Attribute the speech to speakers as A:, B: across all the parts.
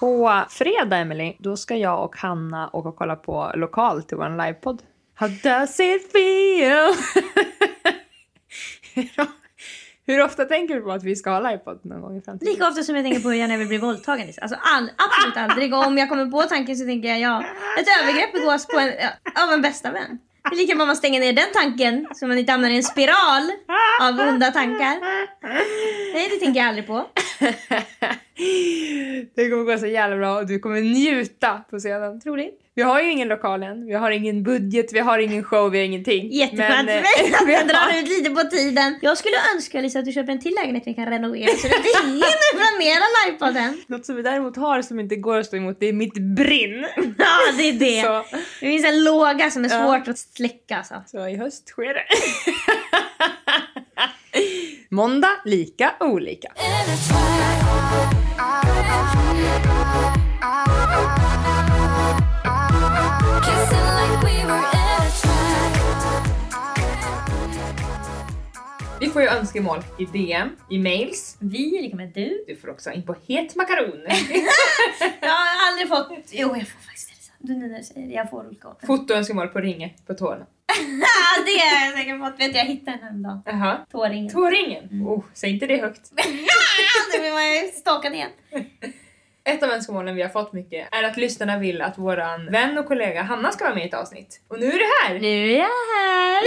A: På fredag, Emily, då ska jag och Hanna åka och kolla på lokal till vår livepodd. How does it feel? hur, o- hur ofta tänker du på att vi ska ha livepodd någon gång i framtiden?
B: Lika ofta som jag tänker på hur jag när jag vill bli våldtagen. liksom. Alltså all, absolut aldrig. Och om jag kommer på tanken så tänker jag ja, ett övergrepp begås på en, av en bästa vän. Det är lika bra man stänger ner den tanken så man inte hamnar i en spiral av onda tankar. Nej, det tänker jag aldrig på.
A: det kommer gå så jävla bra och du kommer njuta på scenen.
B: Troligt.
A: Vi har ju ingen lokal än, vi har ingen budget, vi har ingen show, vi har ingenting.
B: Jätteskönt
A: Men, eh,
B: för mig att
A: vi
B: jag drar
A: har-
B: ut lite på tiden. Jag skulle önska Lisa att du köper en till lägenhet vi kan renovera så att vi hinner planera livepodden.
A: Något som vi däremot har som inte går att stå emot, det är mitt brinn.
B: Ja, det är det.
A: Så,
B: Det finns en låga som är
A: Ja.
B: svårt att släcka. Alltså.
A: så i höst sker det. Måndag, lika olika. Vi får ju önskemål i DM, i mails.
B: Vi är lika med du.
A: Du får också in på het makaron.
B: Jag har aldrig fått... Jo, jag får faktiskt det. Du nu när du säger det, jag får olika åter.
A: Fotoönskemål på ringe på tårna.
B: Ja, det har jag säkert fått. Vet du, jag hittade den häromdagen.
A: Jaha.
B: Tåringen.
A: Tåringen? Oh, säg inte det högt.
B: Nu blir man ju stalkad igen.
A: Ett av önskemålen vi har fått mycket är att lyssnarna vill att våran vän och kollega Hanna ska vara med i ett avsnitt. Och nu är du här!
B: Nu är jag här!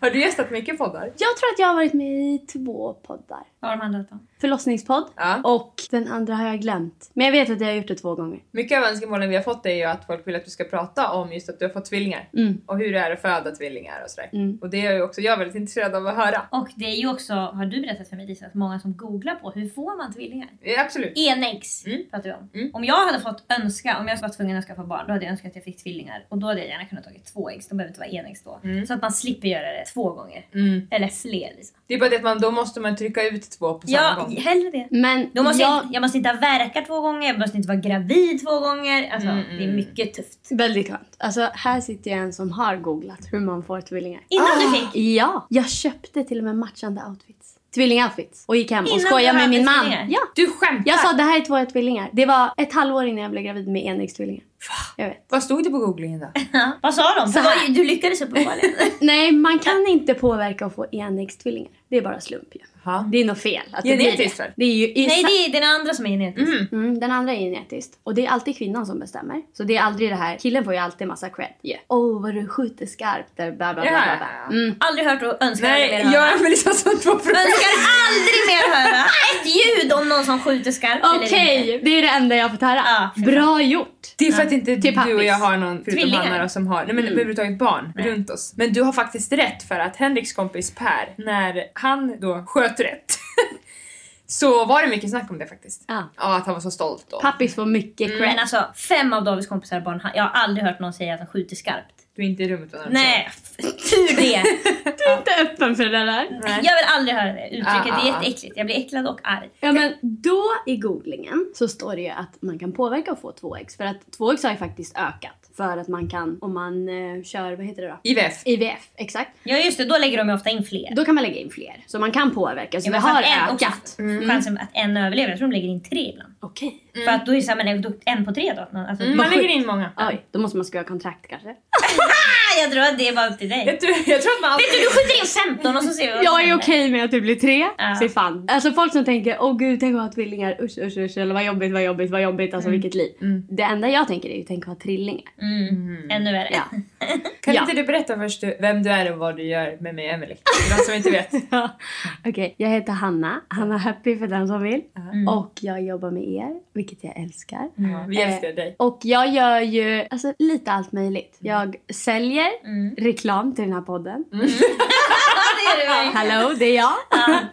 A: Har du gästat mycket poddar?
C: Jag tror att jag har varit med i två poddar.
B: Vad har de handlat om?
C: Förlossningspodd
A: Ja.
C: och den andra har jag glömt. Men jag vet att jag har gjort det två gånger.
A: Mycket av önskemålen vi har fått är ju att folk vill att du ska prata om just att du har fått tvillingar.
C: Mm.
A: Och hur det är att föda tvillingar och sådär.
C: Mm.
A: Och det är ju också jag väldigt intresserad av att höra.
B: Och det är ju också, har du berättat för mig Lisa, att många som googlar på hur får man tvillingar?
A: Ja, Absolut.
B: Enäggs
A: Mm.
B: pratar vi om.
A: Mm.
B: Om jag hade fått önska, om jag var tvungen att skaffa barn, då hade jag önskat att jag fick tvillingar. Och då hade jag gärna kunnat tagit två ägg, de behöver inte vara enäggs då.
A: Mm.
B: Så att man slipper göra det två gånger.
A: Mm.
B: Eller fler liksom.
A: Det är bara det att man, då måste man trycka ut två på samma
B: Ja,
A: gång.
B: hellre det.
C: Men
B: Då måste jag,
C: jag...
B: inte, jag måste inte ha verkat två gånger, jag måste inte vara gravid två gånger. Alltså,
A: Mm,
B: Det är
A: mm.
B: mycket tufft.
C: Väldigt skönt. Alltså här sitter jag en som har googlat hur man får tvillingar.
B: Innan
A: Ah.
B: du fick!
C: Ja, jag köpte till och med matchande outfits. Tvillingoutfits. Och gick hem
B: Innan
C: och
B: du
C: skojade med
B: hade
C: min man.
B: tvillingar?
C: Ja.
A: Du skämtar!
C: Jag sa det här är två tvillingar. Det var ett halvår innan jag blev gravid med enäggstvillingar. Jag vet.
A: Vad stod det på googlingen då?
B: Ja. Vad sa de?
C: Så
B: Du var
C: här.
B: ju- Du lyckades uppenbarligen.
C: Nej, man kan inte påverka att få enäggstvillingar. Det är bara slump ju.
A: Jaha.
C: Det är nog fel. Att det, blir
A: Genetiskt
C: det.
A: väl?
C: det är ju i
B: Nej, det är den andra som är genetisk.
A: Mm.
C: Mm, den andra är genetiskt. Och det är alltid kvinnan som bestämmer. Så det är aldrig det här, killen får ju alltid massa cred. Yeah. Oh vad du skjuter skarpt där bla bla bla.
A: Ja,
C: bla,
A: ja, ja.
C: bla. Mm.
B: Aldrig hört och önskar
A: Nej,
B: aldrig mer höra.
A: jag är väl liksom som två
B: Önskar aldrig mer höra ett ljud om någon som skjuter skarpt eller
C: Okej,
B: inte.
C: det är det enda jag har fått höra.
B: Ja, förlåt.
C: Bra gjort!
A: Det är för att inte
C: Till
A: du och
C: pappis. Mm.
A: jag har någon, förutom
B: Tvillingar.
A: Hanna då, som har, nej men överhuvudtaget barn runt oss. Men du har faktiskt rätt för att Henriks kompis Per, när han då sköt rätt, så var det mycket snack om det faktiskt.
C: Ja.
A: Ja, att han var så stolt då.
C: Pappis får mycket cred.
B: Men alltså, fem av Davids kompisar har barn. Jag har aldrig hört någon säga att han skjuter skarpt.
A: Du är inte i rummet när de säger
B: Nej. tur det!
C: Du är inte öppen för det där.
B: Jag vill aldrig höra det uttrycket. Det
A: Ah,
B: är
A: ah,
B: jätteäckligt. Jag blir äcklad och arg.
C: Ja men då i googlingen så står det ju att man kan påverka att få 2x för att 2x har ju faktiskt ökat för att man kan om man eh, kör, vad heter det då?
A: IVF.
C: IVF, exakt.
B: Ja just det, då lägger de ju ofta in fler.
C: Då kan man lägga in fler. Så man kan påverka, så det
B: Ja, men för
C: har
B: att en- också
C: ökat.
B: Chansen att en överlever, jag tror de lägger in tre ibland.
C: Okej.
B: För att då är det såhär, men en på tre då? att någon- Alltså,
A: Mm,
B: bara
A: man lägger
B: sjukt.
A: in många.
C: Oj, då måste man skriva kontrakt kanske.
B: Ah, jag tror att det var upp till dig.
A: Jag tror, jag tror att man alltid...
B: Vet du, du skjuter in 15 och så ser vi vad som
C: Jag är
B: händer.
C: okej med att det blir tre.
B: Ja.
C: Se fan. Alltså folk som tänker, åh gud tänk att ha tvillingar, usch usch usch, eller vad jobbigt, vad jobbigt, vad jobbigt, alltså vilket liv. Det enda jag tänker är ju, tänk att ha trillingar.
B: Mm. Ännu värre.
C: Ja.
A: Kan
C: Ja.
A: inte du berätta först du- vem du är och vad du gör med mig och Emily? För de som inte vet.
C: Okej, jag heter Hanna, Hanna Happy för den som vill. Och jag jobbar med er, vilket jag älskar. Eh,
A: Ja, vi älskar dig.
C: Och jag gör ju alltså, lite allt möjligt.
B: Mm.
C: Jag säljer reklam till den här podden.
B: Ja, det är det verkligen.
C: Hallå, det är jag.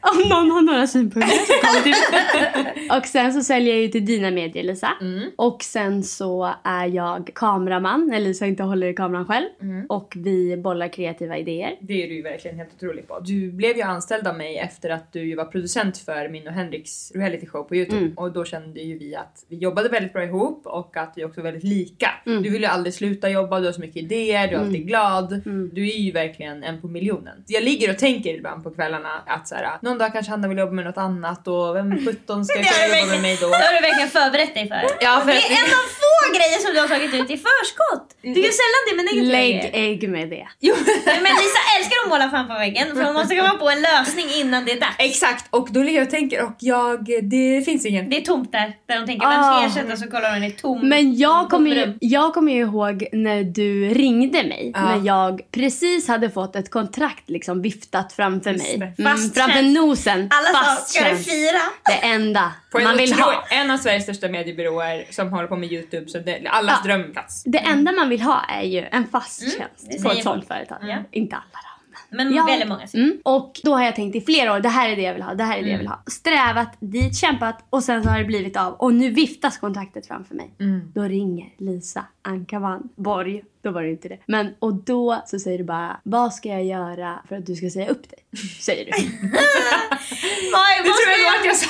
C: Om någon har några synpunkter så kom till mig. Och sen så säljer jag ju till dina medier Lisa. Och sen så är jag kameraman när Lisa inte håller i kameran själv. Och vi bollar kreativa idéer.
A: Det är du ju verkligen helt otrolig på. Du blev ju anställd av mig efter att du ju var producent för min och Henriks reality show på Youtube.
B: Mm.
A: Och då kände ju vi att vi jobbade väldigt bra ihop och att vi också var väldigt lika.
B: Mm.
A: Du vill ju aldrig sluta jobba, du har så mycket idéer, du är alltid glad.
B: Mm.
A: Du är ju verkligen en på miljonen. Jag ligger och tänker ibland på kvällarna att så här, någon dag kanske Hanna vill jobba med något annat och vem sjutton ska
B: Det har du
A: jag jobba med mig
B: verkligen-
A: då?
B: det har du verkligen förberett dig för.
A: Ja, för
B: det
A: att-
B: är en av få grejer som du har tagit ut i förskott. Du gör sällan det med negativa
C: Lägg
B: grejer.
C: ägg med det.
A: Jo.
B: Nej, Men Lisa älskar att måla framför väggen för hon måste komma på en lösning innan det är dags.
A: Exakt och då ligger jag och tänker och jag, det finns ingen.
B: Det är tomt där, där de tänker vem ska
C: Ah.
B: ersätta så kollar hon är tom.
C: Men jag kommer, ju,
B: rum.
C: jag kommer ju ihåg när du ringde mig.
A: Ja.
C: När jag precis hade fått ett kontrakt liksom viftat framför
A: Just
C: mig.
A: det.
C: Mm,
B: Fast
C: framför
B: tjänst.
C: nosen.
B: Alla sa,
C: fast
B: ska du
C: tjänst.
B: fira?
C: Det enda
A: På en,
C: man vill
A: otro-
C: ha.
A: en av Sveriges största mediebyråer som håller på med Youtube så det är allas
C: Ja. Mm.
A: drömplats.
C: Det enda man vill ha är ju en fast tjänst
B: Mm. det
C: på
B: säger
C: ett sånt
B: folk.
C: företag.
B: Ja.
C: Inte alla då. men-
B: Men
C: Ja.
B: väldigt många säger. Mm.
C: Mm. Och då har jag tänkt i flera år, det här är det jag vill ha, det här är det jag vill ha. Strävat dit, kämpat och sen så har det blivit av. Och nu viftas kontraktet framför mig.
B: Mm.
C: Då ringer Lisa Ankarman Borg. Då var det inte det. Men och då så säger du bara, vad ska jag göra för att du ska säga upp dig? Säger du.
B: Vad,
A: Det
B: vad
A: tror
B: ska
A: jag
B: jag
A: att jag sa.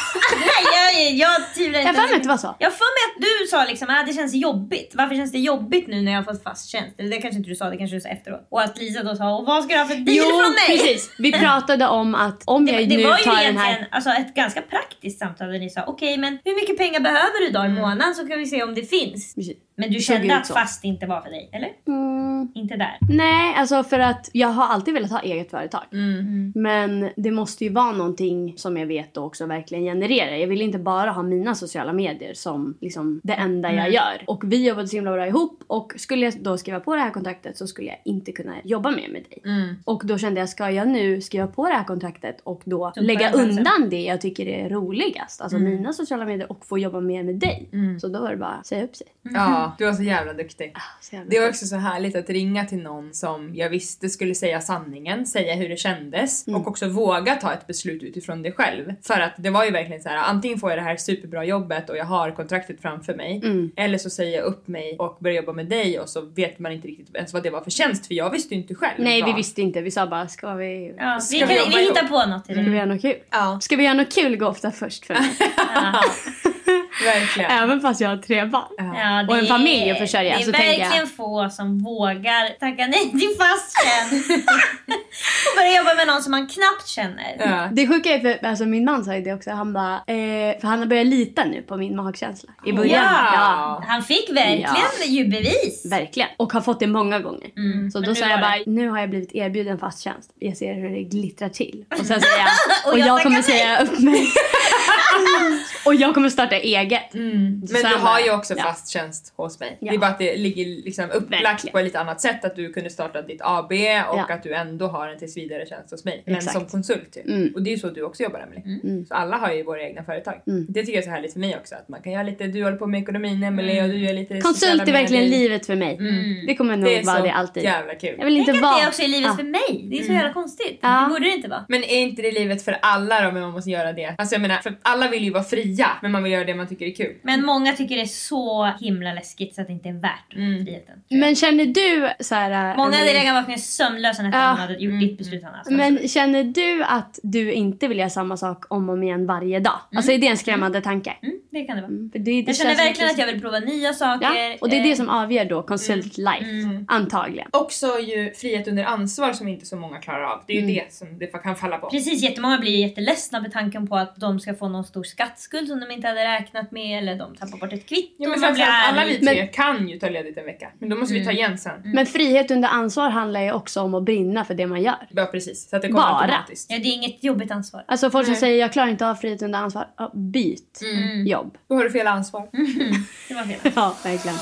B: jag, jag, jag tvivlar inte.
C: Jag har för mig att det var så.
B: Jag har för mig att du sa liksom att det känns jobbigt. Varför känns det jobbigt nu när jag har fått fast tjänst? Eller det kanske inte du sa, det kanske du sa efteråt. Och att Lisa då sa, och vad ska du ha för deal från mig?
C: precis. Vi pratade om att om
B: Det,
C: jag
B: det
C: nu
B: var ju
C: tar
B: egentligen
C: den här...
B: alltså, ett ganska praktiskt samtal där ni sa okej men hur mycket pengar behöver du då
A: Mm.
B: i månaden så kan vi se om det finns.
C: Precis.
B: Men du
C: Såg ut
B: kände att
C: så. Mm.
B: fast inte var för dig, eller? Inte där.
C: Nej, alltså för att jag har alltid velat ha eget företag.
A: Mm.
C: Men det måste ju vara någonting som jag vet då också verkligen genererar. Jag vill inte bara ha mina sociala medier som liksom det enda jag gör. Och vi jobbade så himla bra ihop och skulle jag då skriva på det här kontraktet så skulle jag inte kunna jobba mer med dig. Och då kände jag, ska jag nu skriva på det här kontraktet och då
B: Så
C: lägga
B: börjar man sen.
C: undan det jag tycker är roligast, alltså mina sociala medier och få jobba mer med dig. Så då var det bara att säga upp sig.
A: Ja, du var så jävla duktig.
C: Så jävla
A: Det var också så härligt att ringa till någon som jag visste skulle säga sanningen, säga hur det kändes
C: Mm.
A: och också våga ta ett beslut utifrån det själv. För att det var ju verkligen så här: antingen får jag det här superbra jobbet och jag har kontraktet framför mig
C: Mm.
A: eller så säger jag upp mig och börjar jobba med dig och så vet man inte riktigt ens vad det var för tjänst för jag visste ju inte själv.
C: Nej, vi
A: vad-
C: visste inte. Vi sa bara, ska vi...
B: Ja, vi,
A: vi
B: kan, vi,
A: jobba
B: hittar
A: ihop?
B: på något till dig.
C: Ska vi göra något kul?
A: Ja.
C: Ska vi göra något kul går ofta först för mig.
B: Mm. Ja.
A: Verkligen.
C: Även fast jag har tre barn.
B: Ja,
C: Och en
B: det
C: familj
B: är-
C: att försörja,
B: Det är
C: så tänker jag-
B: verkligen få som vågar tacka nej till fast tjänst. och börja jobba med någon som man knappt känner.
A: Ja.
C: Det sjuka är för alltså min man sa ju det också. Han bara, eh, för han har börjat lita nu på min magkänsla. I början.
A: Ja.
B: Han fick verkligen
C: Ja.
B: ju bevis.
C: Verkligen. Och har fått det många gånger. så
B: Mm. men
C: då
B: nu
C: sa jag
B: var
C: bara,
B: det.
C: nu har jag blivit erbjuden fast tjänst. Jag ser hur det glittrar till. Och sen säger jag,
B: Och
C: och
B: jag
C: jag kommer
B: tackar nej.
C: säga upp mig. och jag kommer starta eget.
A: Men
B: Mm.
C: Så
A: du
C: han
A: har
C: bara,
A: ju också
C: ja.
A: fast tjänst hos mig.
C: Ja.
A: Det är bara att det ligger liksom upplagt
C: Verkligen.
A: på ett lite annat sätt. Att du kunde starta ditt AB och
C: Ja.
A: att du ändå har en tillsvidare tjänst hos mig. Men
C: Exakt. Mm.
A: som konsult ju. Och det är ju så du också jobbar Emelie. Så alla har ju våra egna företag.
C: Mm.
A: Det tycker jag är så härligt för mig också. Att man kan göra lite, du håller på med ekonomin Emelie och du gör lite sociala
C: Mm. Konsult är
A: medier.
C: verkligen
B: Mm.
C: livet för mig. Det kommer nog
A: Det är
C: vara
A: så
C: det alltid.
A: jävla
C: Jag
A: kul.
C: vill inte
B: Tänk
C: vara...
B: att det också är livet
C: Ja. Mm.
B: för mig. Det är så jävla konstigt. Det borde det inte vara.
A: Men är inte det livet för alla då men man måste göra det? Alltså jag menar, för alla alla vill ju vara fria, men man vill göra det man tycker är kul.
B: Men många tycker det är så himla läskigt så att det inte är värt
C: Mm.
B: friheten.
C: Men känner du så här... äh,
B: Många hade
C: Emelie-
B: legat vakna sömnlösa nästan
C: Mm. Ja. Mm.
B: om de hade gjort ditt beslut Hanna. Alltså.
C: Men känner du att du inte vill göra samma sak om och om igen varje dag? Alltså är det en skrämmande tanke?
B: Mm, det kan det vara.
C: Mm, för det- det
B: Mm. Jag känner
C: känns
B: verkligen
C: lite-
B: att jag vill prova nya saker.
C: Ja, och det är det
B: eh, mm,
C: som avgör då consult life, antagligen.
A: Också ju frihet under ansvar som inte så många klarar av. Det är ju
C: Mm.
A: det som det kan falla på.
B: Precis, jättemånga blir ju jätteledsna med tanken på att de ska få någon stor skattskuld som de inte hade räknat med eller de tappar bort ett kvitto.
A: Ja,
B: man
A: men
B: blir
A: framförallt alla
B: arg.
A: vi tre kan ju ta ledigt en vecka. Men då måste
B: Mm.
A: vi ta igen sen.
C: Men frihet under ansvar handlar ju också om att brinna för det man gör.
A: Ja precis, så att det kommer
C: Bara.
A: automatiskt.
B: Ja, det är inget jobbigt ansvar.
C: Alltså folk som
B: Mm.
C: säger jag klarar inte av frihet under ansvar, ja, byt jobb.
A: Då har du fel ansvar.
B: Mm. Det var fel.
C: Ja, verkligen.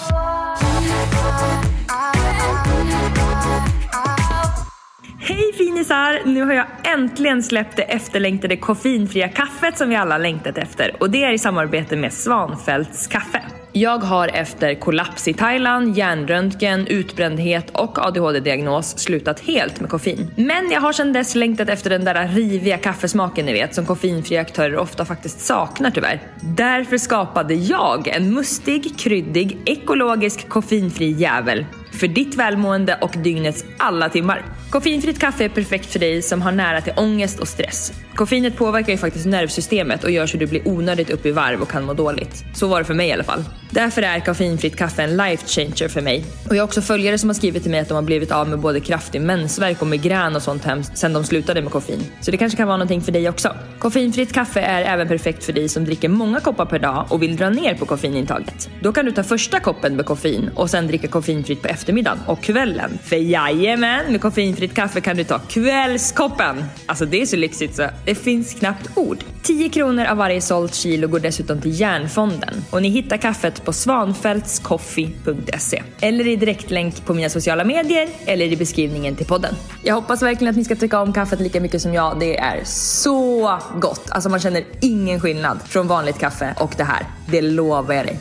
D: Hej finisar! Nu har jag äntligen släppt det efterlängtade koffeinfria kaffet som vi alla längtat efter och det är i samarbete med Svanfeldts kaffe. Jag har efter kollaps i Thailand, hjärnröntgen, utbrändhet och ADHD-diagnos slutat helt med koffein. Men jag har sedan dess längtat efter den där riviga kaffesmaken ni vet som koffeinfria aktörer ofta faktiskt saknar tyvärr. Därför skapade jag en mustig, kryddig, ekologisk koffeinfri jävel för ditt välmående och dygnets alla timmar. Koffeinfritt kaffe är perfekt för dig som har nära till ångest och stress. Koffeinet påverkar ju faktiskt nervsystemet och gör så du blir onödigt upp i varv och kan må dåligt. Så var det för mig i alla fall. Därför är koffeinfritt kaffe en life changer för mig. Och jag har också följare som har skrivit till mig att de har blivit av med både kraftig mensvärk och migrän och sånt hemskt sen de slutade med koffein. Så det kanske kan vara någonting för dig också. Koffeinfritt kaffe är även perfekt för dig som dricker många koppar per dag och vill dra ner på koffeinintaget. Då kan du ta första koppen med koffein och sen dricka koffeinfritt på eftermiddagen och kvällen. För jajamän, med koffeinfritt kaffe kan du ta kvällskoppen! Alltså det är så lyxigt så det finns knappt ord. 10 kronor av varje sålt kilo går dessutom till Järnfonden och ni hittar kaffet på svanfeldtscoffee.se eller i direktlänk på mina sociala medier eller i beskrivningen till podden. Jag hoppas verkligen att ni ska tycka om kaffet lika mycket som jag. Det är så gott! Alltså man känner ingen skillnad från vanligt kaffe och det här. Det lovar jag dig.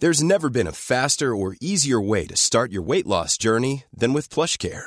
E: There's never been a faster or easier way to start your weight loss journey than with PlushCare.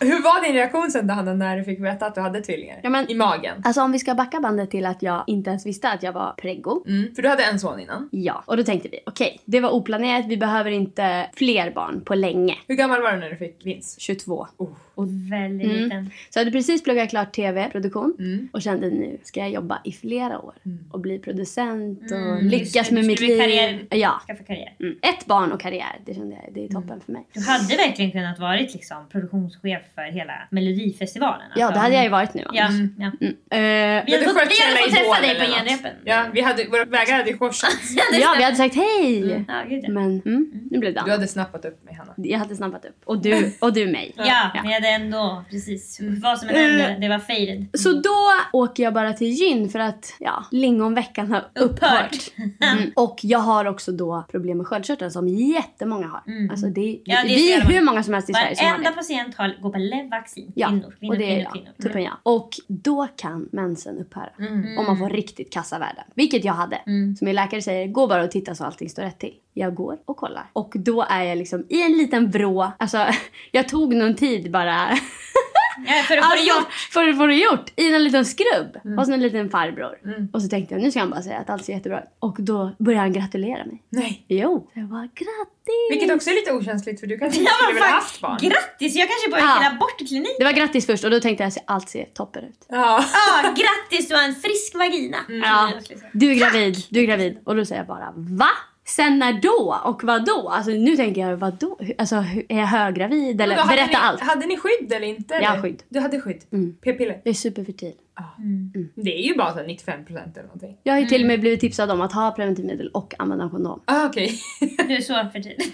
A: Hur var din reaktion sen då Hanna när du fick veta att du hade tvillingar?
C: Ja, men-
A: I magen?
C: Alltså om vi ska backa bandet till att jag inte ens visste att jag var preggo.
A: Mm. För du hade en son innan.
C: Ja, och då tänkte vi okej, det var oplanerat, vi behöver inte fler barn på länge.
A: Hur gammal var du när du fick Vince?
C: 22.
B: Väldigt
C: Mm.
B: liten.
C: Så jag hade precis pluggat klart tv-produktion
A: Mm.
C: och kände nu ska jag jobba i flera år och bli producent och lyckas
B: Mm, Just det,
C: med
B: du
C: mitt
B: skulle bli
C: liv.
B: karriär-
C: Ja.
B: Skaffa karriär.
C: Mm. Ett barn och karriär, det kände jag, det är
A: Mm.
C: toppen för mig.
B: Du hade verkligen kunnat varit liksom produktionschef för hela melodifestivalen.
C: Ja,
B: alltså.
C: det hade jag ju varit Mm. nu.
B: Ja,
A: Mm.
C: annars.
B: ja.
C: Eh,
B: Vi hade
A: Men du
B: fått,
A: sköt
B: vi hade
A: hela
B: fått träffa
A: Idol
B: dig på
A: eller något.
B: genrepen.
A: Ja, vi hade, våra vägar hade ju korsats.
C: ja, vi hade sagt hej!
B: Ja, gud, ja.
C: Men mm, nu blev det
A: Du
C: annat.
A: hade snappat upp mig Hanna.
C: Jag hade snabbat upp. Och du, och du mig.
B: Ja, vi hade det ändå. Precis. Vad
C: Uh.
B: som än hände, det var faded.
C: Så då åker jag bara till gyn för att ja, lingonveckan har upphört. Mm. Och jag har också då problem med sköldkörteln som jättemånga har. Alltså det,
B: Mm. Ja, det är
C: vi
B: flera
C: är
B: många.
C: hur många som helst i Sverige som har
B: Varenda
C: det.
B: patient har, går på Lev-vaccin.
C: Ja,
B: Kvinnor, kvinnor,
C: och det är
B: kvinnor,
C: jag.
B: kvinnor.
C: Typen jag. Och då kan mensen upphöra.
B: Mm.
C: Om man får riktigt kassa värden. Vilket jag hade. Så min läkare säger, gå bara och titta så allting står rätt till. Jag går och kollar. Och då är jag liksom i en liten vrå. Alltså, jag tog någon tid bara.
B: Ja, för att få det
C: Alltså,
B: gjort.
C: För att få det gjort. I en liten skrubb.
A: Mm.
C: Hos en liten farbror. Och så tänkte jag, nu ska han bara säga att allt ser jättebra ut. Och då började han gratulera mig.
A: Nej.
C: Jo. Så jag bara, grattis!
A: Vilket också är lite okänsligt för du kanske inte
B: Mm. Ja,
A: skulle
B: men
A: vilja
B: fan,
A: haft barn.
B: Grattis! Jag kanske bara
C: Ja.
B: gick till abortkliniken.
C: Det var grattis först och då tänkte jag att allt ser toppen ut.
A: Ja.
B: Ja, grattis! Du har en frisk vagina.
C: Ja. Du är gravid, du är gravid. Och då säger jag bara va? Sen när då? Och vad då? Alltså nu tänker jag vad då? Alltså hur- är jag höggravid eller
A: Men då hade
C: berätta
A: ni,
C: allt.
A: Hade ni skydd eller inte?
C: Jag har
A: eller?
C: skydd. Mm.
A: Du hade skydd? P-piller?
C: Jag är superfertil.
A: Det är ju bara så här 95% eller någonting.
C: Jag har ju till och
A: Mm.
C: med blivit tipsad om att ha preventivmedel och använda kondom.
A: Ah, okej.
B: Du är så för tid.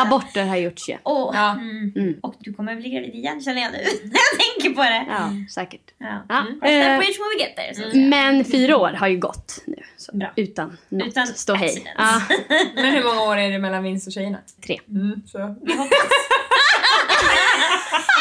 C: Aborter har gjorts ju.
B: Åh,
A: Ja.
B: mm. Och du kommer bli gravid igen känner jag nu. När jag tänker på det.
C: Ja,
A: Mm.
C: säkert.
B: Ja.
C: Ja.
B: Step
C: Eh,
B: bridge when we get there. Så.
C: men fyra år har ju gått nu. Så,
B: Bra.
C: utan något.
B: Utan
C: Stå hej.
B: accidents.
C: Ja,
A: Men hur många år är det mellan Vince och tjejerna?
C: tre.
A: Mm, så.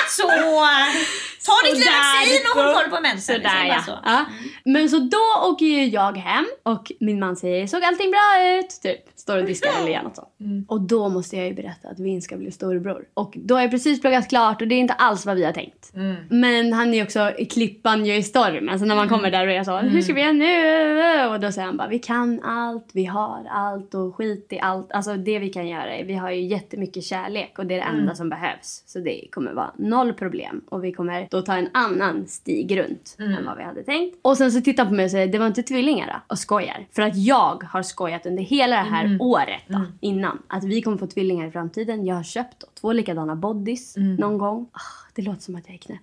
B: Så ta ditt lilla
C: Sådär.
B: vaccin och håll koll på mensen.
C: Sådär
B: liksom,
C: ja.
B: bara så.
C: ja. Men så då åker ju jag hem och min man säger såg allting bra ut? Typ. Står och diskar eller gör något sånt.
B: Mm.
C: Och då måste jag ju berätta att Vin ska bli storebror. Och då har jag precis pluggat klart och det är inte alls vad vi har tänkt.
B: Mm.
C: Men han är ju också i klippan ju i storm. Alltså när man
B: Mm.
C: kommer där och jag sa hur ska vi göra nu? Och då säger han bara vi kan allt, vi har allt och skit i allt. Alltså det vi kan göra är, vi har ju jättemycket kärlek och det är det enda som behövs. Så det kommer vara noll problem. Och vi kommer då ta en annan stig runt än vad vi hade tänkt. Och sen så tittar han på mig och säger det var inte tvillingar då? Och skojar. För att jag har skojat under hela det här året då, innan. Att vi kommer få tvillingar i framtiden. Jag har köpt då, två likadana bodys någon gång. Ah, det låter som att jag är knäpp.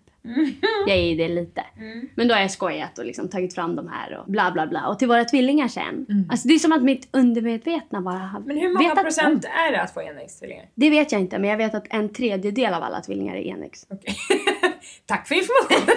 C: Jag är ju det lite.
A: Mm.
C: Men då har jag skojat och liksom tagit fram de här och bla bla bla. Och till våra tvillingar sen. Alltså det är som att mitt undermedvetna bara har
A: Men hur många
C: vetat
A: procent
C: om.
A: är det att få enäggstvillingar?
C: Det vet jag inte men jag vet att en tredjedel av alla tvillingar är enäggs.
A: Okej. Tack för informationen!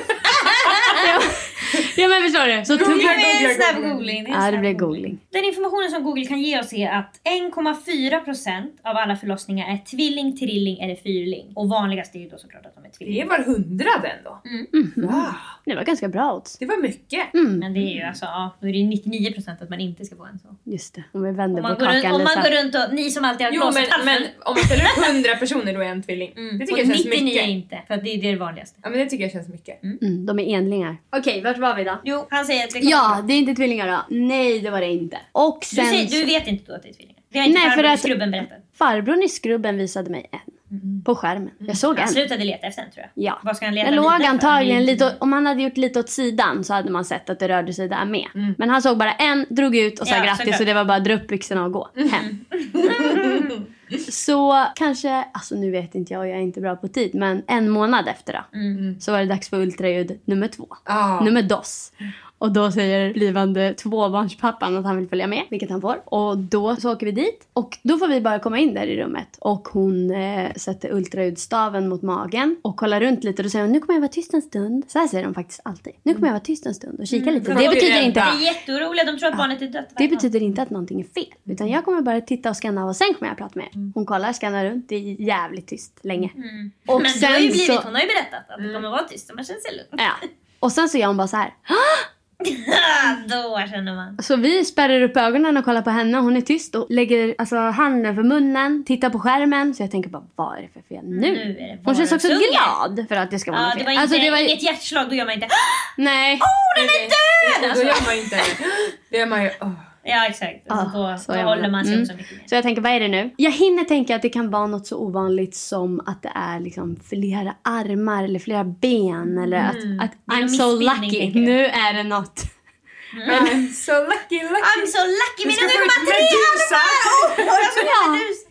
C: ja men förstår du? Så
B: Det
C: tuggar...
B: är en
A: Googla,
B: snabb
A: googla.
B: googling. det är en
C: Ja det
B: snabb
C: blir
B: googling.
C: googling.
B: Den informationen som Google kan ge oss är att 1,4% av alla förlossningar är tvilling, trilling eller fyrling. Och vanligast är ju då såklart att de är tvilling.
A: Det var hundrade ändå.
C: Mm.
A: Wow,
C: Det var ganska bra odds.
A: det var mycket.
C: Mm.
B: Men det är ju alltså, ja, då är det ju 99% att man inte ska få en så. Om
C: Just det. Om vi vänder
B: man,
C: på
B: går runt,
C: kakan
B: om man
C: lite.
B: går runt och, ni som alltid har
A: Jo
B: blåst
A: men, men om man ställer upp hundra personer då är en tvilling.
C: Mm.
A: Det tycker
B: och
A: jag känns
B: 99 är
A: mycket.
B: inte, för att det är det vanligaste.
A: Ja men det tycker jag känns mycket.
C: Mm, de är enlingar. Okej, vart var vi då?
B: Jo, han säger att det
C: Ja, det är inte tvillingar då. Nej, det var det inte. Och
B: du,
C: sen...
B: säger,
C: så-
B: du vet inte då att det är tvillingar? Det har inte
C: Nej, för
B: farbror i
C: att-
B: skrubben berättat.
C: Farbrorn i skrubben visade mig en. På skärmen. Jag såg
B: Han
C: en.
B: slutade leta efter den tror jag.
C: Ja.
B: Mm. Vad ska han leta
C: den låg
B: vidare för?
C: antagligen
B: Mm.
C: lite, om han hade gjort lite åt sidan så hade man sett att det rörde sig där med. Men han såg bara en, drog ut och sa
B: Ja, Mm.
C: grattis
B: såklart.
C: och det var bara att dra upp byxorna och gå hem. så kanske, alltså nu vet inte jag, jag är inte bra på tid, men en månad efter då. Så var det dags för ultraljud nummer två.
A: Mm, Ah.
C: Nummer DOS. Och då säger blivande tvåbarnspappan att han vill följa med, vilket han får. Och då så åker vi dit och då får vi bara komma in där i rummet. Och hon eh, sätter ultraljudstaven mot magen och kollar runt lite. Och säger hon, nu kommer jag vara tyst en stund. Så här säger de faktiskt alltid. Nu kommer jag vara tyst en stund och kika lite.
A: Mm. för
C: Det
A: folk är
C: betyder inte
A: rädda.
B: De är jätteoroliga, de tror att barnet är dött.
C: det
B: varje dag.
C: betyder inte att någonting är fel. Utan jag kommer bara titta och scanna och sen kommer jag prata med er. Hon kollar, scannar runt. Det är jävligt tyst länge. Och
B: Men det har ju blivit,
C: så-
B: hon har ju berättat att det kommer vara tyst så man känner sig lugn.
C: Ja. Och sen så gör hon bara så här.
B: Ah, Då känner man.
C: Så vi spärrar upp ögonen och kollar på henne. Hon är tyst och lägger alltså, handen för munnen, tittar på skärmen. Så jag tänker bara, vad är det för fel nu?
B: Mm, Nu är det
C: Hon känns också
B: varumsuget.
C: glad för att det ska vara
B: Ja,
C: något
B: det
C: fel.
B: var, inte,
C: alltså, det var
B: inget hjärtslag, då gör man inte
C: Nej.
A: Den är död!
C: Alltså.
A: Då gör man ju inte det. Då gör man ju... åh.
B: Ja exakt,
C: Ah,
B: alltså, då,
C: så
B: då
C: jag
B: håller
C: menar.
B: man sig
C: Mm.
B: också mycket mer.
C: Så jag tänker, vad är det nu? Jag hinner tänka att det kan vara något så ovanligt som att det är liksom flera armar eller flera ben eller att, att
B: Mm. är
C: I'm
B: någon
C: so
B: missbildning,
C: lucky.
B: tänker jag.
C: Nu är det något.
A: I'm so lucky lucky!
B: I'm so lucky,
A: Vi
B: mina
A: ska få ut
B: 0,3
A: Medusa!
C: Ja,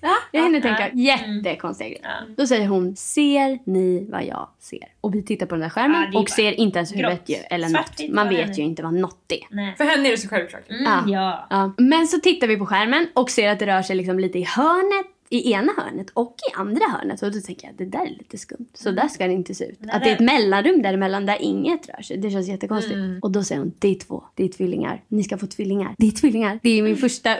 C: ja, jag hinner
B: Ja. Mm.
C: tänka. Jättekonstiga grejer. Då säger hon, ser ni vad jag ser? Och vi tittar på den där
B: Ja,
C: skärmen
B: det är ju
C: och
B: bara
C: ser inte ens huvudet
B: grått.
C: ju, eller något.
B: Svartigt,
C: Man
B: vad är
C: vet
B: det?
C: ju inte vad något är.
B: Nej.
A: För henne är det så självklart.
B: Mm, ja.
C: Ja. Men så tittar vi på skärmen och ser att det rör sig liksom lite i hörnet i ena hörnet och i andra hörnet. Och då tänker jag det där är lite skumt. Så
B: Mm.
C: där ska det inte se ut. Att det är ett mellanrum däremellan där inget rör sig. Det känns jättekonstigt. Och då säger hon det är två. Det är tvillingar. Ni ska få tvillingar. Det är tvillingar. Det är min första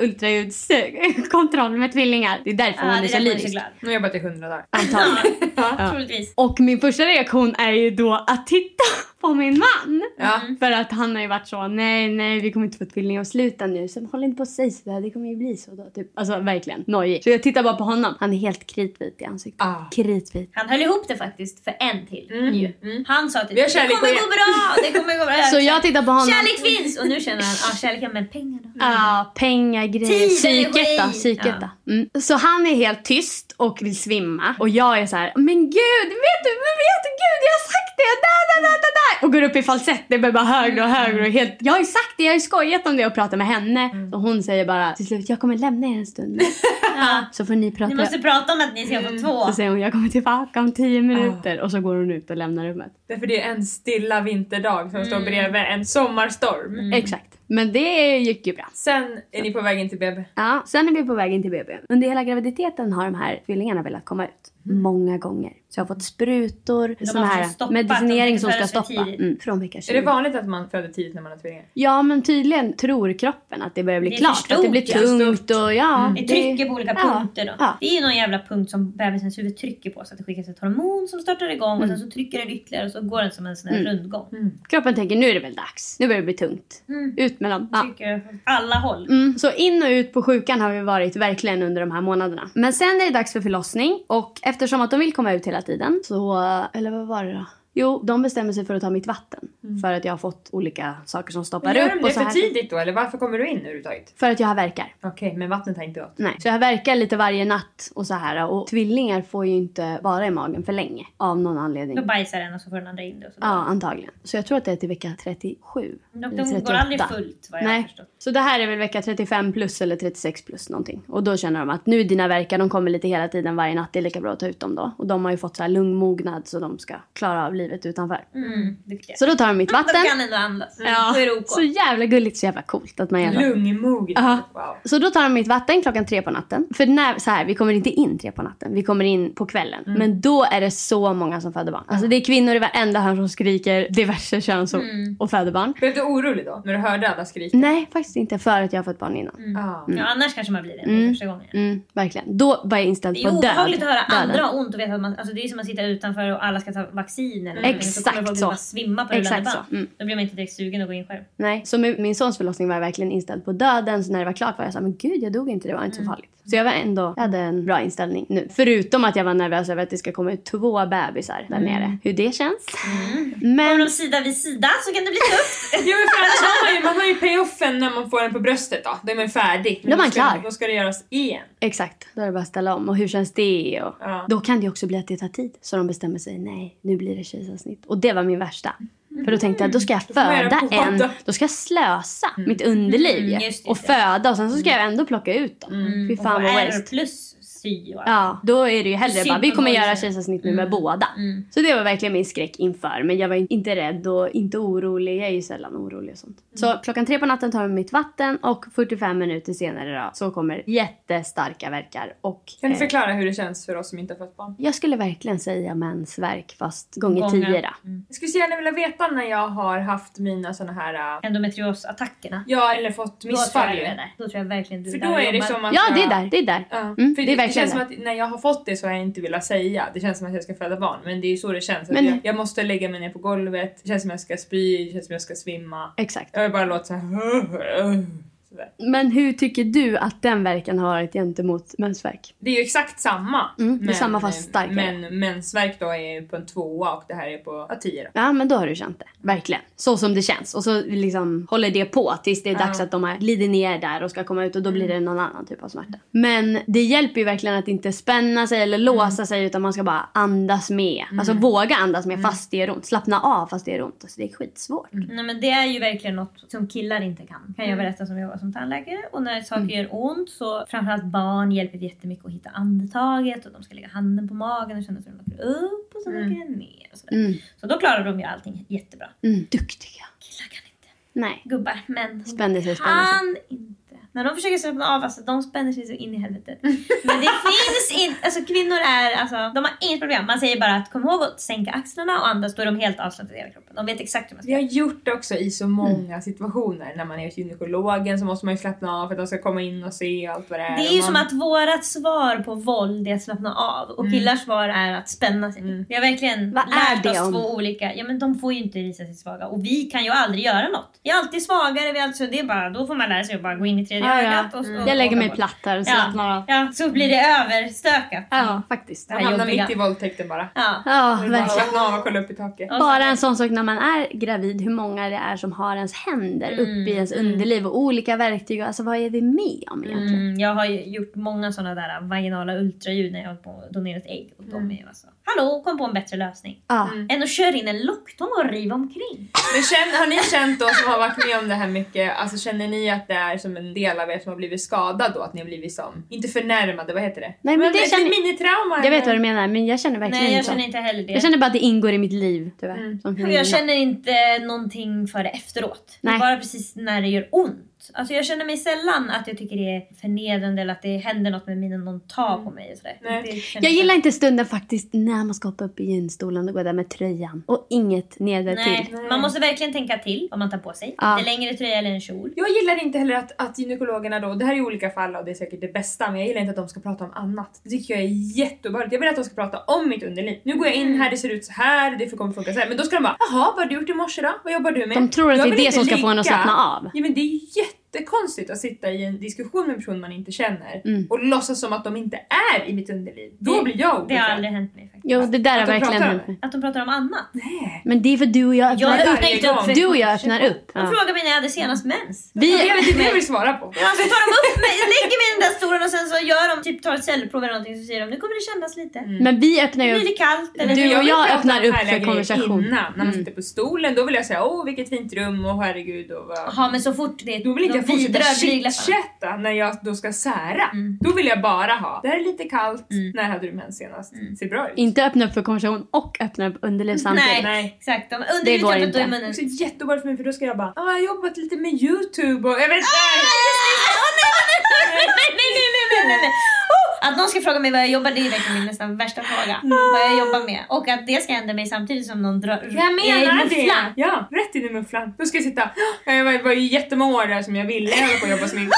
C: ultraljudskontroll med tvillingar. Det är därför hon är så lyrisk.
A: Nu har jag jobbat i hundra dagar.
C: Antagligen.
B: Ja, troligtvis.
C: Och min första reaktion är ju då att titta på min man.
A: Ja.
C: För att han har ju varit så, nej nej vi kommer inte få tvillingar och sluta nu. Så håll inte på och säg sådär, det kommer ju bli så då. Typ. Alltså verkligen nojig. Så jag tittar bara på honom. Han är helt kritvit i ansiktet.
A: Ah.
C: Kritvit.
B: Han höll ihop det faktiskt för en till. ju. Han sa typ
A: Mm. Vi har
B: det
A: kärlek
B: kommer
A: och-
B: gå bra, det kommer gå bra.
C: Så jag tittar på honom.
B: Kärlek finns! Och nu känner han, ja ah, kärleken men pengar då?
C: Ja, pengar, grejer,
B: Tid,
C: psyket då.
B: energi.
C: Psyket då. Mm. Så han är helt tyst och vill svimma. Och jag är så här, men gud, vet du, men vet du, gud, jag har sagt det! Där, där, där, där, där. Och går upp i falsett, det blir bara högre och högre. Och helt, jag har ju sagt det, jag har ju skojat om det och pratat med henne.
B: Mm.
C: Och hon säger bara, till slut, jag kommer lämna er en stund.
B: Ja.
C: Så får ni prata.
B: Ni måste prata om att ni ska få
A: Mm.
B: två.
C: Så säger hon, jag kommer tillbaka om tio minuter. Och så går hon ut och lämnar rummet.
A: Därför det är en stilla vinterdag som
C: Mm.
A: står bredvid en sommarstorm.
C: Exakt. Men det gick ju bra.
A: Sen är ni på väg in till BB.
C: Ja, sen är vi på vägen till BB. Under hela graviditeten har de här fyllingarna velat komma ut. Många gånger. Så jag har fått sprutor, sån
B: Mm. har
C: här
B: alltså stoppat,
C: medicinering
B: de
C: som ska
B: föder sig
C: stoppa.
B: tidigt.
C: Mm, från vecka 20.
A: Är det vanligt att man föder tidigt när man har tvillingar?
C: Ja, men tydligen tror kroppen att det börjar bli
B: Det är
C: klart.
B: för
C: att det blir
B: stort, ja.
C: tungt och ja.
B: Mm. Det trycker på olika
C: ja,
B: punkter då.
C: Ja.
B: Det är ju någon jävla punkt som bebisens huvud trycker på så att det skickas ett hormon som startar igång och sen
C: Mm.
B: så trycker den ytterligare och så går den som en sån här rundgång.
A: Mm.
C: Kroppen tänker nu är det väl dags. Nu börjar det bli tungt.
B: Mm.
C: Ut med dem. Ja.
B: Trycker från alla håll.
C: Mm, så in och ut på sjukan har vi varit verkligen under de här månaderna. Men sen är det dags för förlossning och eftersom att de vill komma ut hela tiden så, eller vad var det då? Jo, de bestämmer sig för att ta mitt vatten. För att jag har fått olika saker som stoppar
A: Mm. Gör
C: upp
A: de
C: och
A: det
C: så
A: för
C: här.
A: tidigt då eller varför kommer du in överhuvudtaget?
C: För att jag har verkar.
A: Okej, men vattnet har inte gått.
C: Nej. Så jag verkar lite varje natt och så här. Och tvillingar får ju inte vara i magen för länge. Av någon anledning.
B: Då bajsar den och så får den andra in det. Och så
C: Ja, antagligen. Så jag tror att det är till vecka 37.
B: De- Mm, de
C: eller
B: går
C: 38.
B: aldrig fullt, vad jag har
C: Nej.
B: förstått.
C: Så det här är väl vecka 35 plus eller 36 plus någonting. Och då känner de att nu är dina verkar, de kommer lite hela tiden varje natt. Det är lika bra att ta ut dem då. Och de har ju fått så här lungmognad så de ska klara av livet utanför.
B: Mm, duktiga.
C: Så då tar de mitt vatten.
B: Då kan ändå andas.
C: Ja,
B: Då är det OK.
C: så jävla gulligt, så jävla coolt att man gör så.
A: Lungmogen.
C: Ja.
A: Wow.
C: Så då tar de mitt vatten klockan tre på natten. För när, så här, vi kommer inte in tre på natten. Vi kommer in på kvällen.
B: Mm.
C: Men då är det så många som föder barn. Alltså det är kvinnor i varenda hörn som skriker diverse könsord
B: Mm.
C: och föder barn.
A: Blev du orolig då när du hörde alla skrika?
C: Nej, faktiskt inte. För att jag har fått barn innan.
B: Mm.
A: Ah.
B: Ja, annars kanske man blir det första gången.
C: Mm, verkligen. Då var jag
B: Det
C: inställd
B: är
C: på
B: ju
C: död.
B: obehagligt att höra
C: Döden.
B: andra ha ont och veta att man, alltså det är ju som att sitta utanför och alla ska ta vaccin eller någonting,
C: Exakt
B: så. kommer folk
C: så.
B: bara svimma på rullande
C: Exakt
B: band.
C: så, mm.
B: Då blir man inte direkt sugen att gå in själv.
C: Nej, så med min sons förlossning var jag verkligen inställd på döden. Så när det var klart var jag såhär, men gud jag dog inte, det var inte
B: Mm.
C: så farligt. Så jag var ändå, jag hade en bra inställning nu. Förutom att jag var nervös över att det ska komma ut två bebisar där nere. Hur det känns.
B: Om
C: Men
B: Mm. de sida vid sida så kan det bli tufft.
A: Jo men för annars har man ju, man har ju payoffen när man får den på bröstet då. Då är man färdig. Men
C: Då är man
A: då ska-
C: klar.
A: Då ska det göras igen.
C: exakt, då är det bara att ställa om. Och hur känns det? Och
A: Ja.
C: Då kan det ju också bli att det tar tid. Så de bestämmer sig, nej nu blir det kejsarsnitt. Och det var min värsta.
B: Mm.
C: För då tänkte jag, då ska jag
A: får man göra
C: föda en,
A: båda.
C: då ska jag slösa mitt underliv ju.
B: Mm, just det,
C: Och
B: just
C: föda och sen så ska jag ändå plocka ut dem. Fy fan vad
B: och R
C: waste.
B: plus sy och allt.
C: Ja, då är det ju hellre
B: Synd
C: bara vi
B: på
C: kommer
B: Norge.
C: göra kejsarsnitt nu med båda.
B: Mm.
C: Så det var verkligen min skräck inför. Men jag var inte rädd och inte orolig. Jag är ju sällan orolig och sånt.
A: Mm.
C: Så klockan tre på natten tar jag mitt vatten och 45 minuter senare då så kommer jättestarka verkar och...
A: Kan du
C: eh,
A: förklara hur det känns för oss som inte har fött barn?
C: jag skulle verkligen säga mensvärk fast gånger
B: Gånger.
C: tio då.
B: Mm.
A: Jag skulle så gärna vilja veta när jag har haft mina såna här... äh,
B: Endometriosattackerna.
A: Ja eller fått
B: Då tror jag
A: missfall
B: du
A: ju.
B: är där. Då tror jag verkligen du
A: För
B: där
A: då
B: och
A: är det
B: jobbar.
A: som att
C: Ja,
A: jag-
C: det är där. Det är där.
A: Ja.
C: Mm, det
A: för
C: är
A: det
C: verkligen
A: känns som
C: där.
A: att när jag har fått det så har jag inte velat säga. Det känns som att jag ska föda barn. Men det är ju så det känns.
C: Men-
A: Men... Jag, jag måste lägga mig ner på golvet. Det känns som att jag ska spy. Det känns som att jag ska svimma.
C: Exakt.
A: Jag har bara låtit såhär... Sådär.
C: Men hur tycker du att den verkan har varit gentemot mensvärk?
A: Det är ju exakt samma.
C: Mm, det är samma fast starkare.
A: Men mensvärk då är ju på en tvåa och det här är på ja, tio då.
C: Ja men då har du känt det. Verkligen. Så som det känns. Och så liksom håller det på tills det är dags att de har glidit ner där och ska komma ut och då blir det någon annan typ av smärta. Men det hjälper ju verkligen att inte spänna sig eller låsa sig utan man ska bara andas med. Alltså våga andas med fast det gör ont. Slappna av fast det gör ont. Alltså, det är skitsvårt.
B: Nej men det är ju verkligen något som killar inte kan. Kan jag
C: Mm.
B: berätta som jag var som tandläkare. Och när saker gör ont så framförallt barn hjälper det jättemycket att hitta andetaget och de ska lägga handen på magen och känna sig de åker upp och sen
C: Mm.
B: åker den ner och sådär. Så då klarar de ju allting jättebra.
C: Mm. Duktiga.
B: Killar kan inte.
C: Nej.
B: Gubbar, men Ah,
C: Spänner sig, spänner sig.
B: kan inte När de försöker slappna av, alltså de spänner sig så in i helvetet.
C: Mm.
B: Men det finns inte, alltså kvinnor är, alltså de har inget problem. Man säger bara att kom ihåg att sänka axlarna och andas, då är de helt avslappnade i hela kroppen. De vet exakt hur man ska
A: Vi har gjort det också i så
C: Mm.
A: många situationer. När man är hos gynekologen så måste man ju slappna av för att de ska komma in och se allt vad det är.
B: Det är ju
A: Och
B: som
A: man...
B: att vårat svar på våld är att slappna av och killars svar är att spänna sig. Vi har verkligen
C: Mm. Vad är
B: lärt
C: det
B: oss
C: om?
B: två olika. Ja men de får ju inte visa sig svaga och vi kan ju aldrig göra något. Vi är alltid svagare, vi är alltid, så det är bara, då får man lära sig att bara gå in i tredje
C: Ja,
B: ögat.
C: ja.
B: Och, och,
C: Jag lägger mig
B: och-
C: platt här och slappnar
B: Ja,
C: av. Mm.
B: ja, så blir det överstökat.
C: Ja, faktiskt.
B: här
A: hamnar
B: jobbiga.
A: mitt i våldtäkten bara.
B: Ja.
C: Ja,
A: Bara
C: verkligen.
A: Slappna av och kolla upp i taket.
C: Bara
B: Alltså,
C: en sån sak när man är gravid, hur många det är som har ens händer uppe i ens underliv och olika verktyg. och Alltså vad är vi med om egentligen?
B: Mm, jag har ju gjort många sådana där vaginala ultraljud när jag har hållit på och donerat ägg. Och
C: Mm.
B: de är ju alltså, hallå, kom på en bättre lösning.
C: Ja.
B: Än att köra in en locktång och riva omkring.
A: Men känn, har ni känt då som har varit med om det här mycket, alltså känner ni att det är som en del av er som har blivit skadad då? Att ni har blivit som, inte förnärmade, vad heter det?
C: men det
A: ett
C: känner-
A: minitrauma.
C: Jag vet vad
A: eller?
C: du menar men jag känner verkligen
B: Nej, jag
C: inte så.
B: känner inte heller det.
C: Jag känner bara att det ingår i mitt liv tyvärr. Som
B: Och
C: kvinna.
B: Jag känner inte någonting för det efteråt. Det är
C: Nej.
B: bara precis när det gör ont. Alltså jag känner mig sällan att jag tycker det är förnedrande eller att det händer något med mina någon tar på mig och sådär.
A: Nej.
B: Det känner
C: Mm. Jag gillar inte stunden faktiskt när man ska hoppa upp i gynstolen och gå där med tröjan och inget nedre
B: Nej.
C: till.
B: Man måste verkligen tänka till vad man tar på sig.
C: Ja.
B: Det är längre tröja eller en kjol.
A: Jag gillar inte heller att, att gynekologerna då, det här är olika fall och det är säkert det bästa, men jag gillar inte att de ska prata om annat. Det tycker jag är jätteobehagligt. Jag vill att de ska prata om mitt underliv. Nu går jag
C: Mm.
A: in här, det ser ut så här, det kommer funka så här. Men då ska de bara, jaha vad har du gjort i morse då? Vad jobbar du med?
C: De tror att
A: Jag
C: det är
A: vill
C: det
A: inte
C: som ska få en att
A: ligga.
C: slappna av.
A: Ja men det är jättekonstigt att sitta i en diskussion med en person man inte känner
C: Mm.
A: och låtsas som att de inte är i mitt underliv. Då
B: Det-
A: blir jag
B: Det har
A: obekväm.
B: aldrig hänt mig faktiskt.
C: Jo det där har
A: de
C: verkligen
A: pratar
C: hänt
A: om
C: mig.
B: Att de pratar om annat.
A: Nej.
C: Men det är för du och jag
B: Jag
C: öppnar
A: är-
C: upp.
B: öppnar inte upp för
C: Du och jag öppnar upp.
B: De
C: Ja.
B: frågar mig när jag hade senast mens.
C: Vi,
A: Jag vet inte vad jag vill svara på.
B: Så tar de upp mig, lägger mig i den där stolen och sen så gör de typ tar ett cellprov eller någonting så säger de nu kommer det kännas lite.
C: men vi öppnar ju
B: Nu blir det
C: upp.
B: kallt eller
C: Mm. Du och
A: vill
C: jag
A: prata
C: öppnar
A: om
C: upp för
A: härliga grejer
C: konversation. Mm.
A: Innan, när man sitter på stolen, då vill jag säga åh vilket fint rum och herregud och vad...
B: Jaha men så fort det är
A: Då vill inte
B: de
A: jag fortsätta
B: vidrör blygdläpparna.
A: chitchatta när jag då ska sära. Då vill jag bara ha, det här är lite kallt, när hade du mens senast? Ser bra ut.
C: Inte öppna upp för konversation och öppna upp underliv samtidigt.
B: Nej,
A: Nej.
B: exakt. De
C: Det går
B: underlitar på
C: inte.
B: i
A: Det är
B: munnen.
A: också jättebra för mig för då ska jag bara, ah, jag har jobbat lite med youtube och jag vet
B: Ah! Åh, nej, nej, nej, nej, nej, nej, nej, nej, nej. Oh, Att någon ska fråga mig vad jag jobbar det är verkligen min nästan värsta fråga. Vad jag jobbar med. Och att det ska hända mig samtidigt som någon drar
A: Jag menar
B: i mufflan.
A: det! Ja, rätt in i mufflan. Då ska jag sitta, "Ja, jag var- det var ju jättemånga år där som jag ville hålla på och jobba som inte.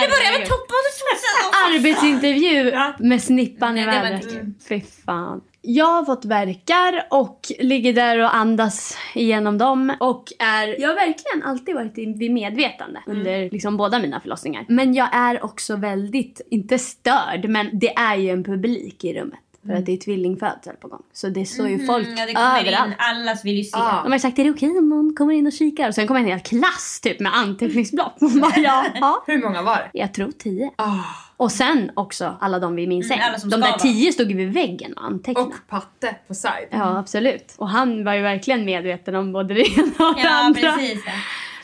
B: Jag börjar med toppmodellsmässan.
C: Arbetsintervju med snippan i
B: Nej, det var
C: vädret.
B: inte kul.
C: Fy fan. Jag har fått verkar och ligger där och andas igenom dem. Och är, jag har verkligen alltid varit i- vid medvetande
B: Mm.
C: under liksom båda mina förlossningar. Men jag är också väldigt, inte störd, men det är ju en publik i rummet. För att det är tvillingfödsel på gång. Så det står ju folk
B: Mm. Mm-hmm. Ja, det kommer
C: överallt.
B: in. Alla vill ju se.
A: Ja.
C: De har sagt, är det okej om någon kommer in och kikar? Och sen kommer en hel klass typ med anteckningsblock. Man bara, ja. ja.
A: Hur många var det?
C: Jag tror tio.
A: Ah,
C: Och sen också alla de vid min säng.
B: Mm, alla som
C: de
B: ska
C: där
B: vara.
C: tio stod ju vid väggen och antecknade.
A: och Patte på side.
C: Ja, absolut. Och han var ju verkligen medveten om både det ena och det
B: Ja,
C: andra.
B: precis. ja.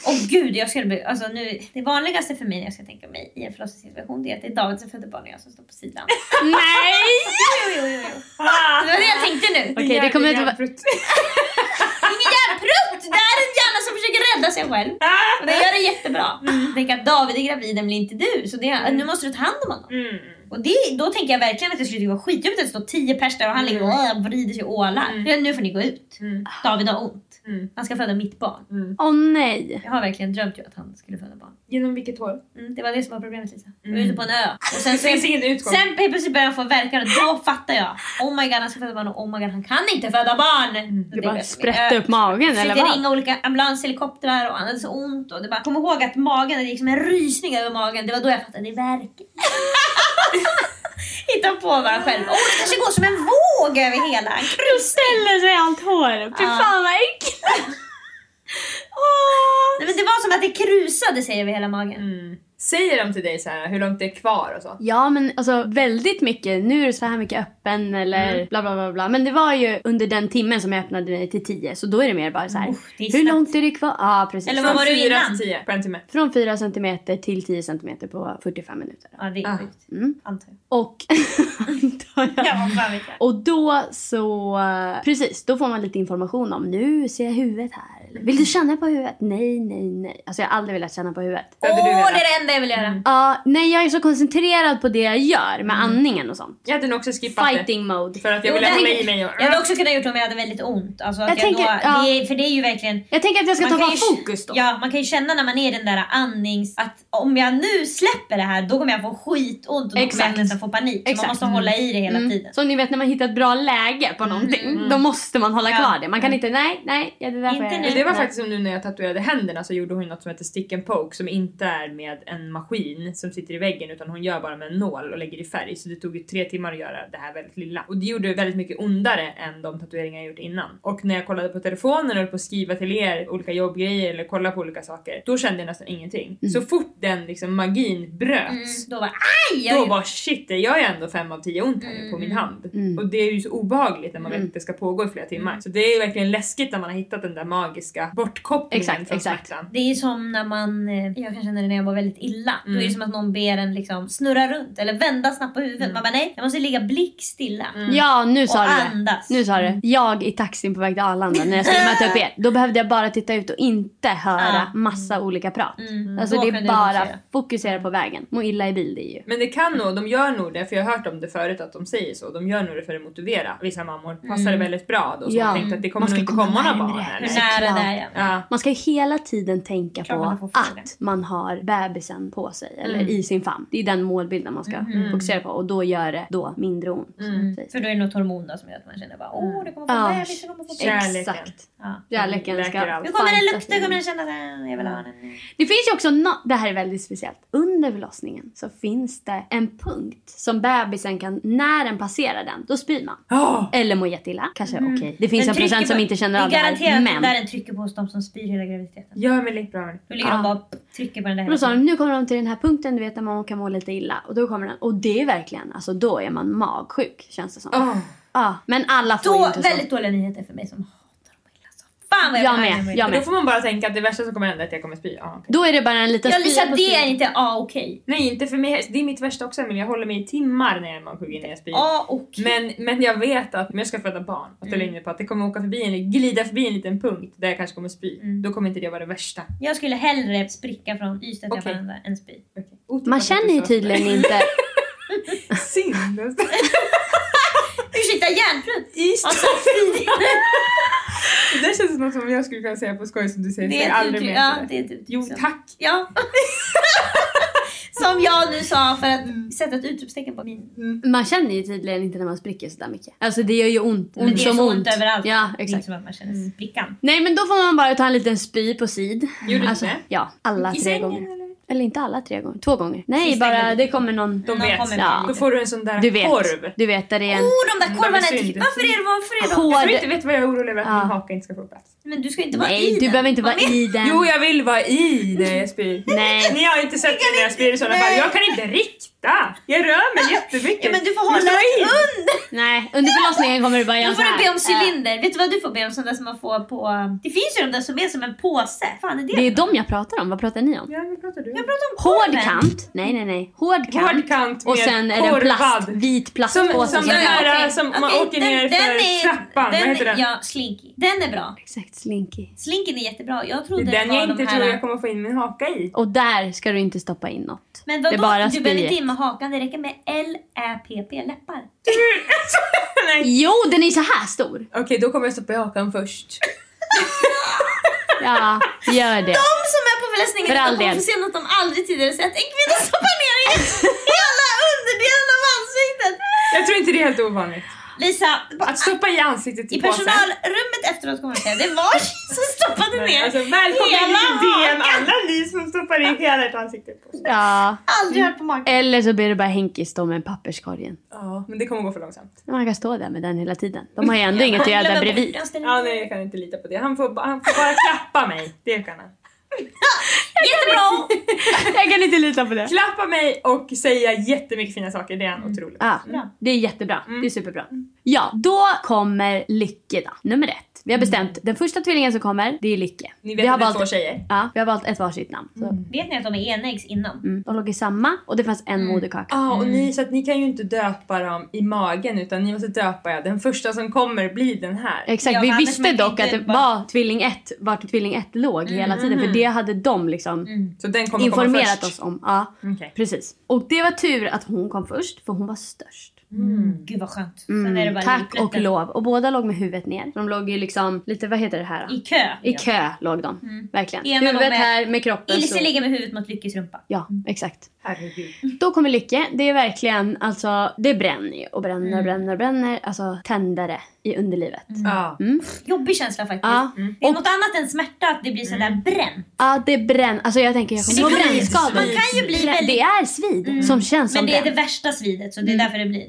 B: Åh gud, jag skulle bli, alltså nu, det vanligaste för mig när jag ska tänka mig i en förlossningssituation det är att det är David som föder barn och jag som står på sidan.
C: Nej!
B: Jo, jo, jo, jo.
A: Ah,
B: Det var det jag tänkte nu.
C: Okej, det kommer inte vara...
A: Jävligt.
B: Ingen jävla prutt! Det är en hjärna som försöker rädda sig själv.
A: Ah.
B: Och det gör det jättebra.
A: Mm.
B: Tänk att David är gravid, men inte du. Så det, nu måste du ta hand om honom.
A: Mm.
B: Och det, då tänker jag verkligen att det skulle vara skitjobbigt att det står tio pers där och han ligger
A: Mm.
B: och äh, vrider sig och ålar. Ja, Nu får ni gå ut. David har ont.
A: Mm.
B: Han ska föda mitt barn.
C: Åh nej!
B: Jag har verkligen drömt ju att han skulle föda barn.
A: Genom vilket hål?
B: Mm, det var det som var problemet Lisa. Vi var ute på en ö. Och sen,
A: Mm. Det finns ingen utgång.
B: sen helt plötsligt började han få verkar och då fattar jag. Oh my god han ska föda barn och oh my god han kan inte föda barn.
A: Mm.
C: Du
B: blev
C: bara
B: jag som
C: sprätte
B: en ö.
C: upp magen eller
B: Försökte
C: vad?
B: ringa olika ambulanshelikoptrar och han hade så ont. Och det bara, kom ihåg att magen, det gick som en rysning över magen. Det var då jag fattade, det verkar. Hitta på bara själv. Åh, det kanske går som en våg över hela en krusning.
C: Ställer sig allt hår. Fy fan vad äckligt! Åh! Mm.
B: Nej, men det var som att det krusade sig över hela magen.
A: Säger de till dig så här hur långt det är kvar och så?
C: Ja men alltså väldigt mycket, nu är det så här mycket öppen eller
B: Mm.
C: bla bla bla bla. Men det var ju under den timmen som jag öppnade mig till 10 så då är det mer bara så här.
B: det är
C: hur
B: snabbt."
C: långt är det kvar? Ja precis.
B: Eller
A: Från
B: vad var det
A: fyra
B: innan?
A: till tio på en timme.
C: Från 4 cm till 10 cm på 45 minuter.
B: Ja, det är
A: Ah.
B: sjukt.
C: Mm.
B: Antar jag.
C: Och antar jag.
B: Ja, vad fan vet jag.
C: Och då så, precis, då får man lite information om nu ser jag huvudet här. Eller, Vill du känna på huvudet? Nej, nej, nej. Alltså jag har aldrig velat känna på huvudet.
A: Hade du
B: Åh,
A: velat?
B: det är det enda jag vill göra.
C: Ja, nej jag är så koncentrerad på det jag gör
B: Mm.
C: med andningen och sånt.
A: Jag hade nog också skippat
C: Fighting mode.
A: det. För att jag
B: Jo,
A: ville
B: det-
A: hålla i mig och...
B: Jag hade också kunnat gjort om jag hade väldigt ont. Alltså att
C: Jag
B: jag
C: tänker-
B: då,
C: ja.
B: det är, för det är ju verkligen...
C: Jag tänker att jag ska ta
B: kan
C: bara
B: ju-
C: fokus då.
B: Ja, man kan ju känna när man är i den där andnings... Att om jag nu släpper det här då kommer jag få skitont och då kommer
C: Exakt.
B: jag nästan få panik. Så
C: Exakt. Mm.
B: man måste hålla i det hela tiden. Mm,
C: Som ni vet när man hittar ett bra läge på någonting, då måste man hålla
B: Ja. Mm.
C: kvar det. Man kan inte, nej, nej, ja, det där får
B: Inte
C: jag
B: nu.
C: göra.
A: Det var faktiskt som nu när jag tatuerade händerna så gjorde hon något som heter stick and poke som inte är med en maskin som sitter i väggen utan hon gör bara med en nål och lägger i färg så det tog ju tre timmar att göra det här väldigt lilla. Och det gjorde det väldigt mycket ondare än de tatueringar jag gjort innan. Och när jag kollade på telefonen och höll på att skriva till er olika jobbgrejer eller kolla på olika saker då kände jag nästan ingenting. Så fort den liksom magin bröts
C: Mm.
B: Då bara aj! Jag
A: då bara shit, det gör ju ändå fem av tio ont här nu på min
C: Mm.
A: hand. Och det är ju så obehagligt när man vet att det ska pågå i flera
C: Mm.
A: timmar. Så det är ju verkligen läskigt när man har hittat den där magiska bortkopplingen
C: Exakt,
A: från
C: exakt.
A: smärtan.
B: Det är ju som när man, eh, jag kan känna det när jag var väldigt illa. Då
C: Mm.
B: är det som att någon ber en liksom snurra runt eller vända snabbt på huvudet. Man bara nej, jag måste ligga blickstilla.
C: Ja, nu sa
B: Mm. Och
C: du det.
B: andas. Mm.
C: Nu sa du det. Jag i taxin på väg till Arlanda när jag skulle möta upp er. Då behövde jag bara titta ut och inte höra massa olika prat. Alltså
B: Mm. då
C: det
B: kunde Mm.
C: är
B: du
C: bara
B: fokusera.
C: fokusera på vägen. Må illa i bil det är ju.
A: Men det kan nog, de gör nog det, för jag har hört om det förut att de säger så. De gör nog det för att motivera vissa mammor. Passar det väldigt bra då? Så
C: Mm. Ja.
A: jag tänkte att det kommer
C: Man
A: nog
C: ska
A: inte
C: komma
A: komma några
C: närmare.
A: barn här.
B: Hur
A: Nej.
B: nära
C: såklart.
B: det är jag?
A: Ja.
C: Man ska ju hela tiden tänka på
B: man får Mm. fråga.
C: att man har bebisen på sig eller i sin famn. Det är den målbilden man
B: Mm.
C: ska fokusera på och då gör det då mindre ont. Precis.
B: För då är det något hormon då som gör att man känner bara åh, det Mm. kommer få
C: Mm. Ja. alltså.
B: bebis, det kommer få bebis.
A: Kärleken.
C: Exakt.
B: Ja.
C: Kärleken ska...
A: Läker allt.
B: Nu kommer den
C: fantastiskt.
B: lukta, kommer den känna den, jag vill ha den.
C: Det finns ju också nå- det här är väldigt speciellt. Under förlossningen så finns det en punkt som bebisen kan, när den passerar den, då spyr man.
A: Åh!
C: Eller mår jätteilla. Kanske okej. Det
B: Den
C: finns en
B: Mm. trycker
C: procent som
B: på-
C: inte känner av
B: det
C: det
B: är
C: här.
B: garanterat
C: Men
B: att där den trycker på hos de som spyr hela graviditeten.
A: Gör mig lite bra med
B: Då ligger de bara och trycker på den där
C: då
B: hela
C: sa
B: tiden.
C: de, nu kommer de till den här punkten du vet när man kan må lite illa. Och då kommer den. Och det är verkligen, alltså då är man magsjuk känns det som.
A: Åh.
C: Ja, men alla får ju
B: Då,
C: inte så.
B: väldigt dåliga nyheter för mig som hatar dem illa. så. Fan vad jag,
C: Jag
B: blir arg
C: med,
B: när
C: jag
A: Men
C: med.
A: Då får man bara tänka att det värsta som kommer hända är att jag kommer spy. Ja, okej.
C: Då är det bara en liten
B: Ja Lisa
C: spira på
B: det är
C: sidan.
B: inte A okej.
A: Nej inte för mig, det är mitt värsta också Emilia. Jag håller mig i timmar när jag är magsjuk innan jag spyr.
B: A okej.
A: Men, men jag vet att om jag ska föda barn och
B: Mm.
A: ställer in mig på att det kommer åka förbi en, glida förbi en liten punkt där jag kanske kommer spy.
B: Mm.
A: Då kommer inte det vara det värsta.
B: Jag skulle hellre spricka från Ystad till
A: Okej.
B: Haparanda än spy.
A: Okej. Otippat
C: Man
A: att du
C: känner ju
A: sa
C: tydligen
A: sådär.
C: inte.
A: Synd!
B: Ursäkta hjärnfrun!
A: Ystad.
B: Alltså, fy.
A: Det där känns som något som jag skulle kunna säga på skoj som du säger.
B: Det
A: säg
B: är ett
A: aldrig
B: uttryck.
A: mer
B: Ja,
A: sådär.
B: det är ett uttryck
A: Jo
B: som-
A: tack!
B: Ja. Som jag nu sa för
A: Mm.
B: att sätta ett utropstecken på min.
C: Man känner ju tydligen inte när man spricker sådär mycket. Alltså det gör ju ont.
B: Men
C: Ont
B: det är
C: som
B: så
C: ont.
B: ont överallt.
C: Ja,
B: Det är inte
C: exakt.
B: som att man
A: Mm.
B: känner sprickan.
C: Nej men då får man bara ta en liten spy på sid. Alltså,
A: Gjorde du det?
C: Ja, alla
A: I
C: tre
A: sängen,
C: gånger.
A: eller?
C: Eller inte alla tre gånger, två gånger. Nej
B: Sista
C: bara
B: gången.
C: det kommer någon...
A: De
B: Någon
A: vet.
B: kommer
C: Ja.
A: Då får du en sån där
C: Du vet,
A: korv.
C: du vet där det är en...
B: Oh, de där korvarna!
A: Det är synd.
B: Varför är det, varför är de?
A: Jag
C: Hård...
A: tror inte vet vad jag är orolig över att
C: Ja.
A: min haka inte ska få plats.
B: Men du ska inte vara i
C: Nej, du
B: den.
C: behöver inte
B: Vad
C: vara
B: menar-
C: i den.
A: Jo jag vill vara i när jag spyr.
C: Nej.
A: Ni har inte sett mig när jag spyr i sådana fall. Jag kan inte rikta! Jag rör mig jättemycket.
B: Ja, men du får
A: Jag
B: hålla
A: står
B: dig
A: in.
B: under.
C: Nej, under förlossningen kommer du bara göra
B: Då får
C: så
B: du
C: här. Äh,
B: be om cylinder. Vet du vad du får be om? Sådana som man får på... Det finns ju de där som är som en påse. Fan är det?
C: Eh, Det är de jag pratar om, vad pratar ni om?
A: Ja, vad pratar du om?
B: Jag pratar om
C: Hård
B: korven.
C: kant. Nej, nej, nej. Hård kant.
A: Hård kant
C: och
A: med
C: sen är det en plast,
A: korvad.
C: vit
A: Som,
C: plastpåse.
A: som
C: som
A: den
C: är-
A: här
B: Okej,
A: som man
B: okej,
A: åker ner för
B: är-
A: trappan,
B: den
A: vad heter
B: är-
A: den?
B: Ja, slinky. Den är bra.
C: Exakt, slinky.
B: Slinken är jättebra. Jag
A: Det
B: trodde
A: är
B: det
A: den
B: var
A: jag
B: de
A: inte
B: här...
A: tror jag kommer få in min haka i.
C: Och där ska du inte stoppa in något.
B: Men
C: det är bara
B: vadå? Du behöver inte
C: spyet.
B: in med hakan. Det räcker med L-Ä-P-P, läppar.
A: Nej.
C: Jo, den är så här stor.
A: Okej, då kommer jag stoppa i hakan först.
C: Ja, gör det.
B: De som är på förlossningen
C: För all
B: de kommer
C: del.
B: få se något de aldrig tidigare sett. En kvinna stoppar ner i hela underdelen av ansiktet.
A: Jag tror inte det är helt ovanligt.
B: Lisa,
A: Att stoppa i ansiktet
B: i
A: i påsen.
B: personalrummet efteråt kommer de säga det var tjejen som stoppade ner
A: Alltså, välkommen
B: hela
A: till DM
B: hakan.
A: alla ni som stoppar i hela ert ansikte i påsen.
C: Ja.
B: Aldrig hört på magen.
C: Eller så blir det bara Henkis då med papperskorgen.
A: Ja, men det kommer gå för långsamt.
C: Man kan stå där med den hela tiden. De har ju ändå inget att göra
B: Glömmer
C: där
B: bort.
C: bredvid.
B: Jag ställer
A: Ja,
B: mig.
A: nej jag kan inte lita på det. Han får, han får bara klappa mig. Det kan han. Jättebra!
C: Jag kan inte lita på det.
A: Klappa mig och säga jättemycket fina saker. Det är han otroligt.
C: Ja, det är jättebra.
A: Mm.
C: Det är superbra. Ja, då kommer Lycke då. Nummer ett. Vi har bestämt den första tvillingen som kommer, det är Lycke.
A: Mm. Ni vet
C: vi
A: att det är
C: valt,
A: två tjejer. Mm.
C: Ja, vi har valt ett varsitt namn. Så.
B: Vet ni att de är enäggs innan?
C: Mm. De låg i samma och det fanns en moderkaka.
A: Ja, och ni, så att ni kan ju inte döpa dem i magen utan ni måste döpa er. Den första som kommer blir den här.
C: Exakt,
B: Ja,
C: vi
B: annars
C: visste
B: man kan
C: dock att
B: inte
C: det
B: bara-
C: var tvilling 1, vart tvilling 1 låg
A: Mm,
C: hela tiden. För det hade de liksom
A: Så den kommer komma
C: informerat
A: först.
C: oss om. Ja,
A: Okej.
C: precis. Och det var tur att hon kom först, för hon var störst.
A: Mm.
B: Mm. Gud vad skönt. Sen är det bara
C: Mm. Tack och
B: liten-
C: lov. Och båda låg med huvudet ner. De låg ju liksom, lite vad heter det här? då?
B: I kö.
C: I kö låg de. Verkligen.
B: Ena
C: huvudet
B: låg med-
C: här med kroppen
B: Ilse
C: så.
A: Alltså-
B: ligger med huvudet mot Lyckes rumpa.
C: Ja, exakt.
A: Herregud.
C: Då kommer Lycke. Det är verkligen, alltså det bränner ju och bränner,
B: Mm.
C: bränner, bränner. Alltså tändare i underlivet.
A: Ja.
B: Mm. Jobbig känsla faktiskt.
C: Ja.
B: Det är
C: Och-
B: något annat än smärta att det blir sådär
A: Mm.
B: bränt.
C: Ja, det bränner. Alltså jag tänker jag kommer få
B: Men det-
C: brännskador.
B: man kan ju bli
C: Brä-
B: väldigt- Mm.
C: Det är svid som känns som Mm.
B: Men det är det
C: bränn.
B: värsta svidet så det är därför det blir.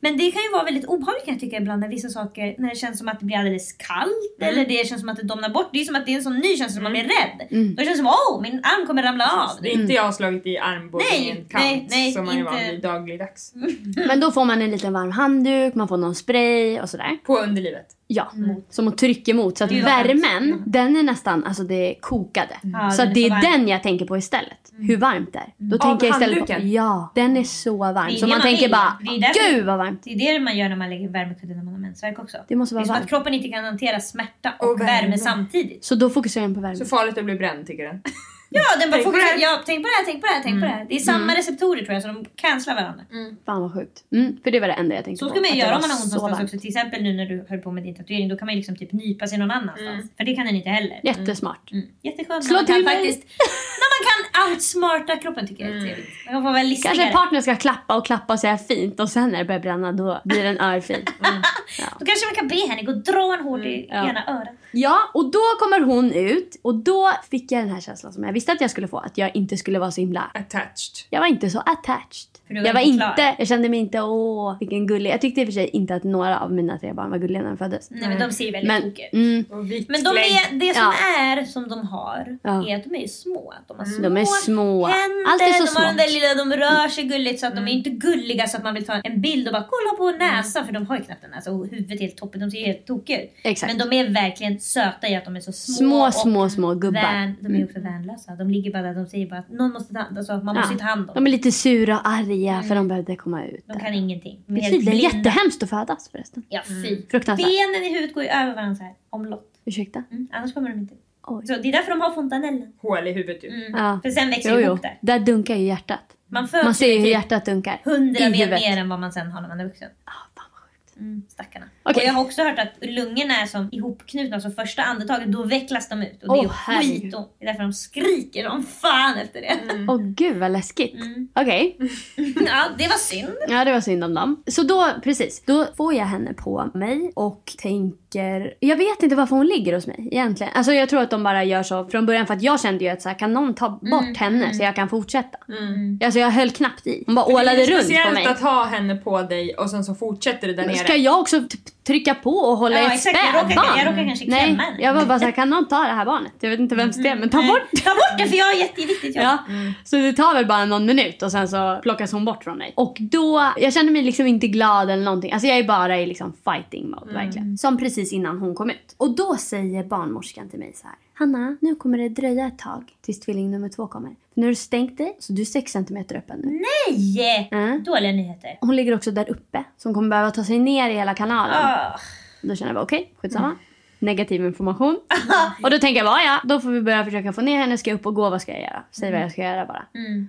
B: Men det kan ju vara väldigt obehagligt kan jag tycka ibland när vissa saker, när det känns som att det blir alldeles kallt
C: Mm.
B: eller det känns som att det domnar bort. Det är som att det är en sån ny känsla som man blir rädd.
C: Mm.
B: Då känns det som åh min arm kommer ramla av.
A: Det är inte jag har slagit i armbågen i en
B: Nej,
A: kant
B: nej, nej,
A: som man är van
B: inte. Mm.
A: vid dagligdags.
C: Men då får man en liten varm handduk, man får någon spray och sådär.
A: På underlivet.
C: Ja, som hon trycker mot. Så att
B: Mm. Det är Mm.
C: värmen, den är nästan, alltså det är kokade.
B: Ja,
C: Så
B: den
C: att det
B: är så
C: är
B: varm. Mm.
C: den jag tänker på istället. Hur varmt det är. Då
A: Av
C: tänker jag istället på,
A: handduken?
C: ja, den är så varm.
B: Det är
C: Så
B: det
C: man
B: man
C: tänker
B: vill.
C: bara,
B: Det är därför-
C: gud vad varmt.
B: Det är det man gör när man lägger värmekudde när man har mensvärk också.
C: Det måste vara
B: är som
C: varmt.
B: att kroppen inte kan hantera smärta och,
A: Och värme.
B: värme. samtidigt.
C: Så då fokuserar jag på värmen.
A: Så farligt att bli bränd tycker den.
B: Ja, den bara
A: Tänk på
B: tänk,
A: det här.
B: ja, tänk på det här, tänk på det här, tänk på det här.
C: Mm.
B: Det är samma receptorer tror jag så de cancelar varandra.
C: Fan vad sjukt. Mm, för det var det enda jag tänkte
B: Så
C: på.
B: ska man
C: att
B: ju
C: det
B: göra
C: var
B: om man har ont
C: så
B: någonstans
C: varmt.
B: också. Till exempel nu när du höll på med din tatuering. Då kan man ju liksom typ nypa sig någon annanstans.
C: Mm.
B: För det kan den inte heller.
C: Jättesmart.
B: Mm. Jätteskönt
C: Slå
B: när man
C: till
B: kan
C: mig.
B: faktiskt... När man kan outsmarta kroppen tycker jag det är trevligt. Man kan få vara listigare.
C: Mm. Kanske partnern ska klappa och klappa och säga fint och sen när det börjar bränna då blir den örfin.
B: Mm. Då kanske man kan be henne gå och dra en hårt i ena örat.
C: Mm, Ja, och då kommer hon ut och då fick jag den här känslan som jag visste att jag skulle få. Att jag inte skulle vara så himla...
A: Attached.
C: Jag var inte så attached.
B: För du var
C: jag var
B: inte klar.
C: inte... Jag kände mig inte åh vilken gullig. Jag tyckte i och för sig inte att några av mina tre barn var gulliga när de föddes.
B: Nej men de ser ju väldigt
C: Men,
B: tokiga ut.
C: mm,
A: Och vitt
B: Men de är, det som
C: Ja.
B: är som de har
C: Ja.
B: är att de är små. Att De, har små
C: De är små.
B: Händer,
C: Allt är så
B: de har den där
C: smått. Mm.
B: lilla, de rör sig gulligt så att de är inte gulliga så att man vill ta en bild och bara kolla på näsan för de har ju knappt en näsa och huvudet är helt toppen. De ser helt tokiga ut.
C: Exakt.
B: Men de är verkligen söta i att de är så små.
C: Små,
B: och
C: små, små gubbar. Mm.
B: Vän, de är också värnlösa. De ligger bara där, de säger bara att någon måste ta hand, alltså, man måste ju ta hand om
C: De
B: dem.
C: är lite sura och arga för de behövde komma ut.
B: De kan ingenting. De
C: Det
B: är
C: är
B: helt
C: tydligen
B: blinda.
C: jättehemskt att födas förresten.
B: Ja fy.
C: Fruktansvärt.
B: Benen i huvudet går ju över varandra så här omlott.
C: Ursäkta?
B: Mm, annars kommer de inte.
C: Oj.
B: Så det är därför de har fontanellen.
A: hål i huvudet typ.
B: Mm.
A: ju.
C: Ja.
B: För sen växer
C: Jo,
B: det
C: jo.
B: ihop där.
C: Där dunkar ju hjärtat.
B: Man föds
C: Man ser ju
B: ju
C: hur
B: med
C: hjärtat dunkar. I
B: hundra ben
C: huvudet.
B: mer än vad man sen har när man är vuxen.
C: Ah, fan vad sjukt.
B: Mm, stackarna.
C: Okej.
B: Och jag har också hört att lungorna är som ihopknutna, så första andetaget då vecklas de ut. Och
C: Åh,
B: det är
C: herregud. Mm.
B: skitont. Det är därför de skriker som fan efter det.
C: Åh gud vad läskigt.
B: Mm.
C: Okej,
B: ja, det var synd.
C: ja det var synd om dem. Så då, precis, då får jag henne på mig och tänker, jag vet inte varför hon ligger hos mig egentligen. Alltså jag tror att de bara gör så från början för att jag kände ju att så här, kan någon ta bort
B: Mm,
C: henne så jag kan fortsätta? Alltså jag höll knappt i. Hon bara ålade
A: det är
C: runt på mig.
A: speciellt att ha henne på dig och sen så fortsätter det där nere.
C: Ska jag också t- trycka på och hålla
B: Ja,
C: ett
B: exakt. Jag råkar-
C: spädbarn?
B: jag råkar kanske
C: Nej,
B: klämma henne. Mm,
C: jag var bara såhär, kan någon ta det här barnet? Jag vet inte vems det är, men ta bort
B: Ta bort det för jag har jätteviktigt jobb.
C: Ja. Så det tar väl bara någon minut och sen så plockas hon bort från mig. Och då, jag känner mig liksom inte glad eller någonting. Alltså jag är bara i liksom fighting mode
B: Mm.
C: verkligen. Som precis innan hon kom ut. Och då säger barnmorskan till mig så här. Hanna, nu kommer det dröja ett tag tills tvilling nummer två kommer. För nu har du stängt dig, så du är 6 cm öppen nu.
B: Nej!
C: Mm.
B: Dåliga nyheter.
C: Hon ligger också där uppe, så hon kommer behöva ta sig ner i hela kanalen.
B: Ah.
C: Då känner jag bara okej, skitsamma. Negativ information. och då tänker jag bara ja, då får vi börja försöka få ner henne. Ska jag upp och gå? Vad ska jag göra? Säg vad jag ska göra bara.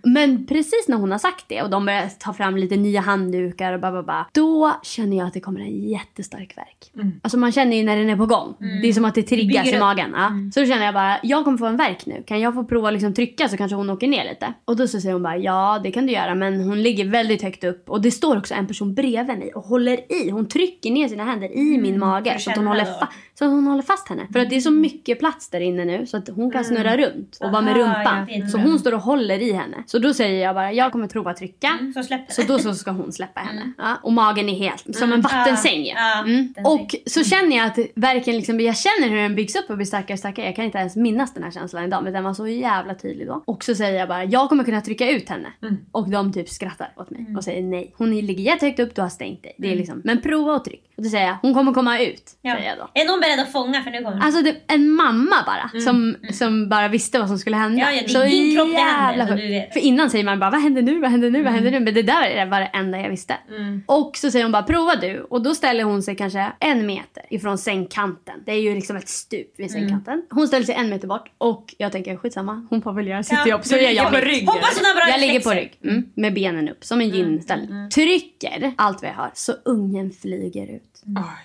C: Men precis när hon har sagt det och de börjar ta fram lite nya handdukar och ba, ba, ba, Då känner jag att det kommer en jättestark värk. Alltså man känner ju när den är på gång. Det är som att det triggas
B: Mm. bygger
C: i
B: upp. Mm.
C: magen. Ja. Så då känner jag bara, jag kommer få en värk nu. Kan jag få prova att liksom trycka så kanske hon åker ner lite? Och då så säger hon bara, ja det kan du göra men hon ligger väldigt högt upp. Och det står också en person bredvid mig och håller i. Hon trycker ner sina händer i min mage.
B: du
C: Så att hon
B: Mm.
C: håller
B: känna då? Mm.
C: fa- så att hon hon håller fast henne. För att det är så mycket plats där inne nu så att hon kan snurra runt och vara med
B: Aha,
C: rumpan.
B: jag vet.
C: så hon står och håller i henne. Så då säger jag bara, jag kommer prova trycka.
B: mm, Så släpper Mm.
C: Så då så ska hon släppa henne. Ja, och magen är helt som en vattensäng ju.
B: Ja,
C: mm.
B: den
C: Och så känner jag att verkligen liksom, jag känner hur den byggs upp och blir starkare och starkare. Jag kan inte ens minnas den här känslan idag men den var så jävla tydlig då. Och så säger jag bara, jag kommer kunna trycka ut henne.
B: Mm.
C: Och de typ skrattar åt mig och säger nej. Hon ligger jättehögt upp, du har stängt dig.
B: Mm.
C: Det är liksom, men prova och tryck. Och då säger jag, hon kommer komma ut. Säger jag då.
B: Är någon beredd att fånga för nu kommer
C: Alltså det, en mamma bara som, som bara visste vad som skulle hända.
B: Mm. Ja, ja, det är din kropp det Mm. händer,
C: sjukt.
B: och du vet.
C: För innan säger man bara vad händer nu, vad händer nu, vad händer nu? Men det där var det enda jag visste.
B: Mm.
C: Och så säger hon bara prova du. Och då ställer hon sig kanske en meter ifrån sängkanten. Det är ju liksom ett stup vid
B: Mm.
C: sängkanten. Hon ställer sig en meter bort och jag tänker skitsamma, hon får väl göra sitt jobb så gör jag
B: på
C: mitt.
B: ryggen. Hoppas hon har bra
C: Jag ligger på
B: reflexer. Mm.
C: rygg mm, med benen upp som en gynställning. Trycker allt vad jag har så ungen flyger ut.
A: Oj.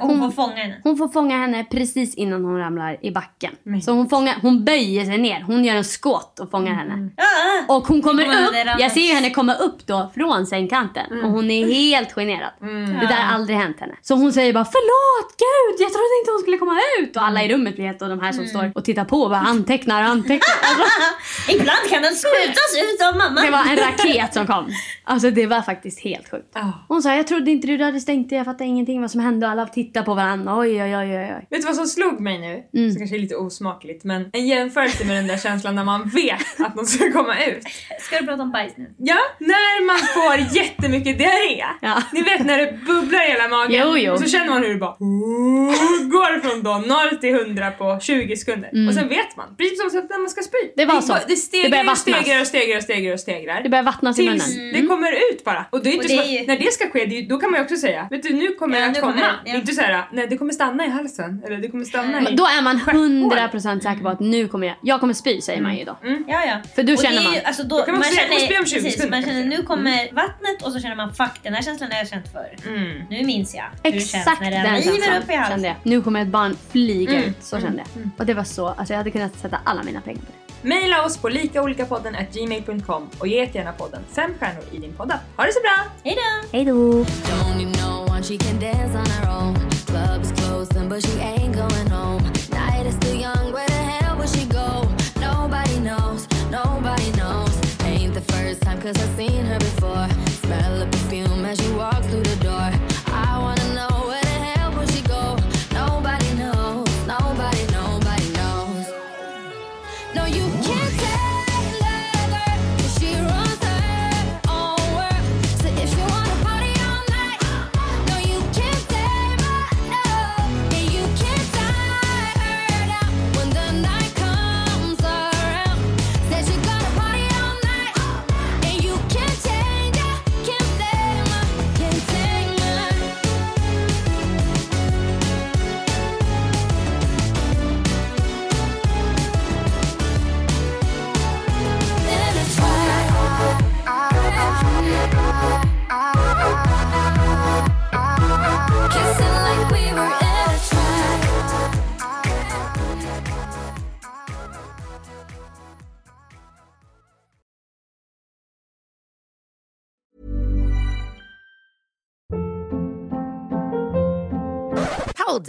B: Och hon får fånga henne.
C: Hon får fånga henne precis innan hon ramlar i backen. Så hon, fångar, hon böjer sig ner, hon gör en skott och fångar henne.
B: Ah!
C: Och hon kommer
B: Hon
C: upp,
B: ramlar.
C: jag ser ju henne komma upp då från sängkanten och hon är helt generad. Det där har aldrig hänt henne. Så hon säger bara förlåt gud jag trodde inte hon skulle komma ut och alla i rummet blir helt och de här som står och tittar på och bara antecknar antecknar. Alltså,
B: Ibland kan den skjutas ut av mamma.
C: det var en raket som kom. Alltså det var faktiskt helt sjukt.
A: Ah.
C: Hon sa jag trodde inte du hade stängt det, jag fattade ingenting vad som hände och alla tittar på varandra oj oj oj oj. oj.
A: Vet du vad som slog mig nu?
B: Mm.
A: Som kanske är lite osmakligt men en jämförelse med den där känslan när man vet att någon ska komma ut.
B: Ska du prata om bajs nu?
A: Ja, när man får jättemycket diarré.
C: Ja.
A: Ni vet när det bubblar i hela magen
C: Jo, jo.
A: och så känner man hur det bara går från då 0 till 100 på 20 sekunder. Och sen vet man, precis som när man ska spy.
C: Mm. Det var så.
A: bara- Det
C: Det
A: stegrar
C: börjar
A: och
C: vattnas.
A: stegrar och stegrar och stegrar och stegrar.
C: Det börjar vattnas i munnen. Mm.
A: Tills det kommer ut bara. Och, det är inte
B: Och
A: som
B: det
A: att,
B: är ju-
A: när det ska ske, det är, ju- då kan man ju också säga Vet du nu kommer
B: Ja,
A: det att
B: nu
A: komma.
B: kommer det,
A: Det
B: ja.
A: är inte såhär, nej det kommer stanna i halsen. Eller det kommer stanna i...
C: Men Då är man 100% säker på att nu kommer jag, jag kommer spy
B: Mm.
C: säger man ju då.
B: Ja, ja.
C: För då
B: Och det
C: känner
B: är
C: man-
B: Ju, alltså då,
A: Då kan man
B: man
A: säga, "Jag kommer
B: känner,
A: spy om 20
B: precis,
A: sekunder", Mm.
B: man känner
A: kanske.
B: nu kommer vattnet och så känner man fuck den här känslan har jag känt förr.
A: Mm.
B: Nu minns jag hur det känns
C: Exakt
B: när
C: den
B: den river
C: känslan
B: upp i halsen. Mm.
C: kände jag. Nu kommer ett barn flyga ut, så kände jag. Och det var så, alltså jag hade kunnat sätta alla mina pengar på det.
A: Maila oss på likaolikapodden at gmail.com och ge gärna podden 5 stjärnor i din poddapp. Ha det så bra!
B: Hej då!
C: Hejdå!
F: Don't you know when she can dance on her own? Clubs closing, but she ain't going home. Night is still young, where the hell will she go? Nobody knows, nobody knows. Ain't the first time, cause I've seen her before. Smell the perfume as she walks through the door. I wanna know where the hell will she go? Nobody knows, nobody, nobody knows. No, you can't tell her 'cause she runs her own world. So if you wanna party all night, no, you can't tame her. No, and you can't tie her down when the night comes around. Said you gotta party all night, and you can't change her, can't tame her, can't tame her. Then it's why Kissing like we were in a trap.
G: Hold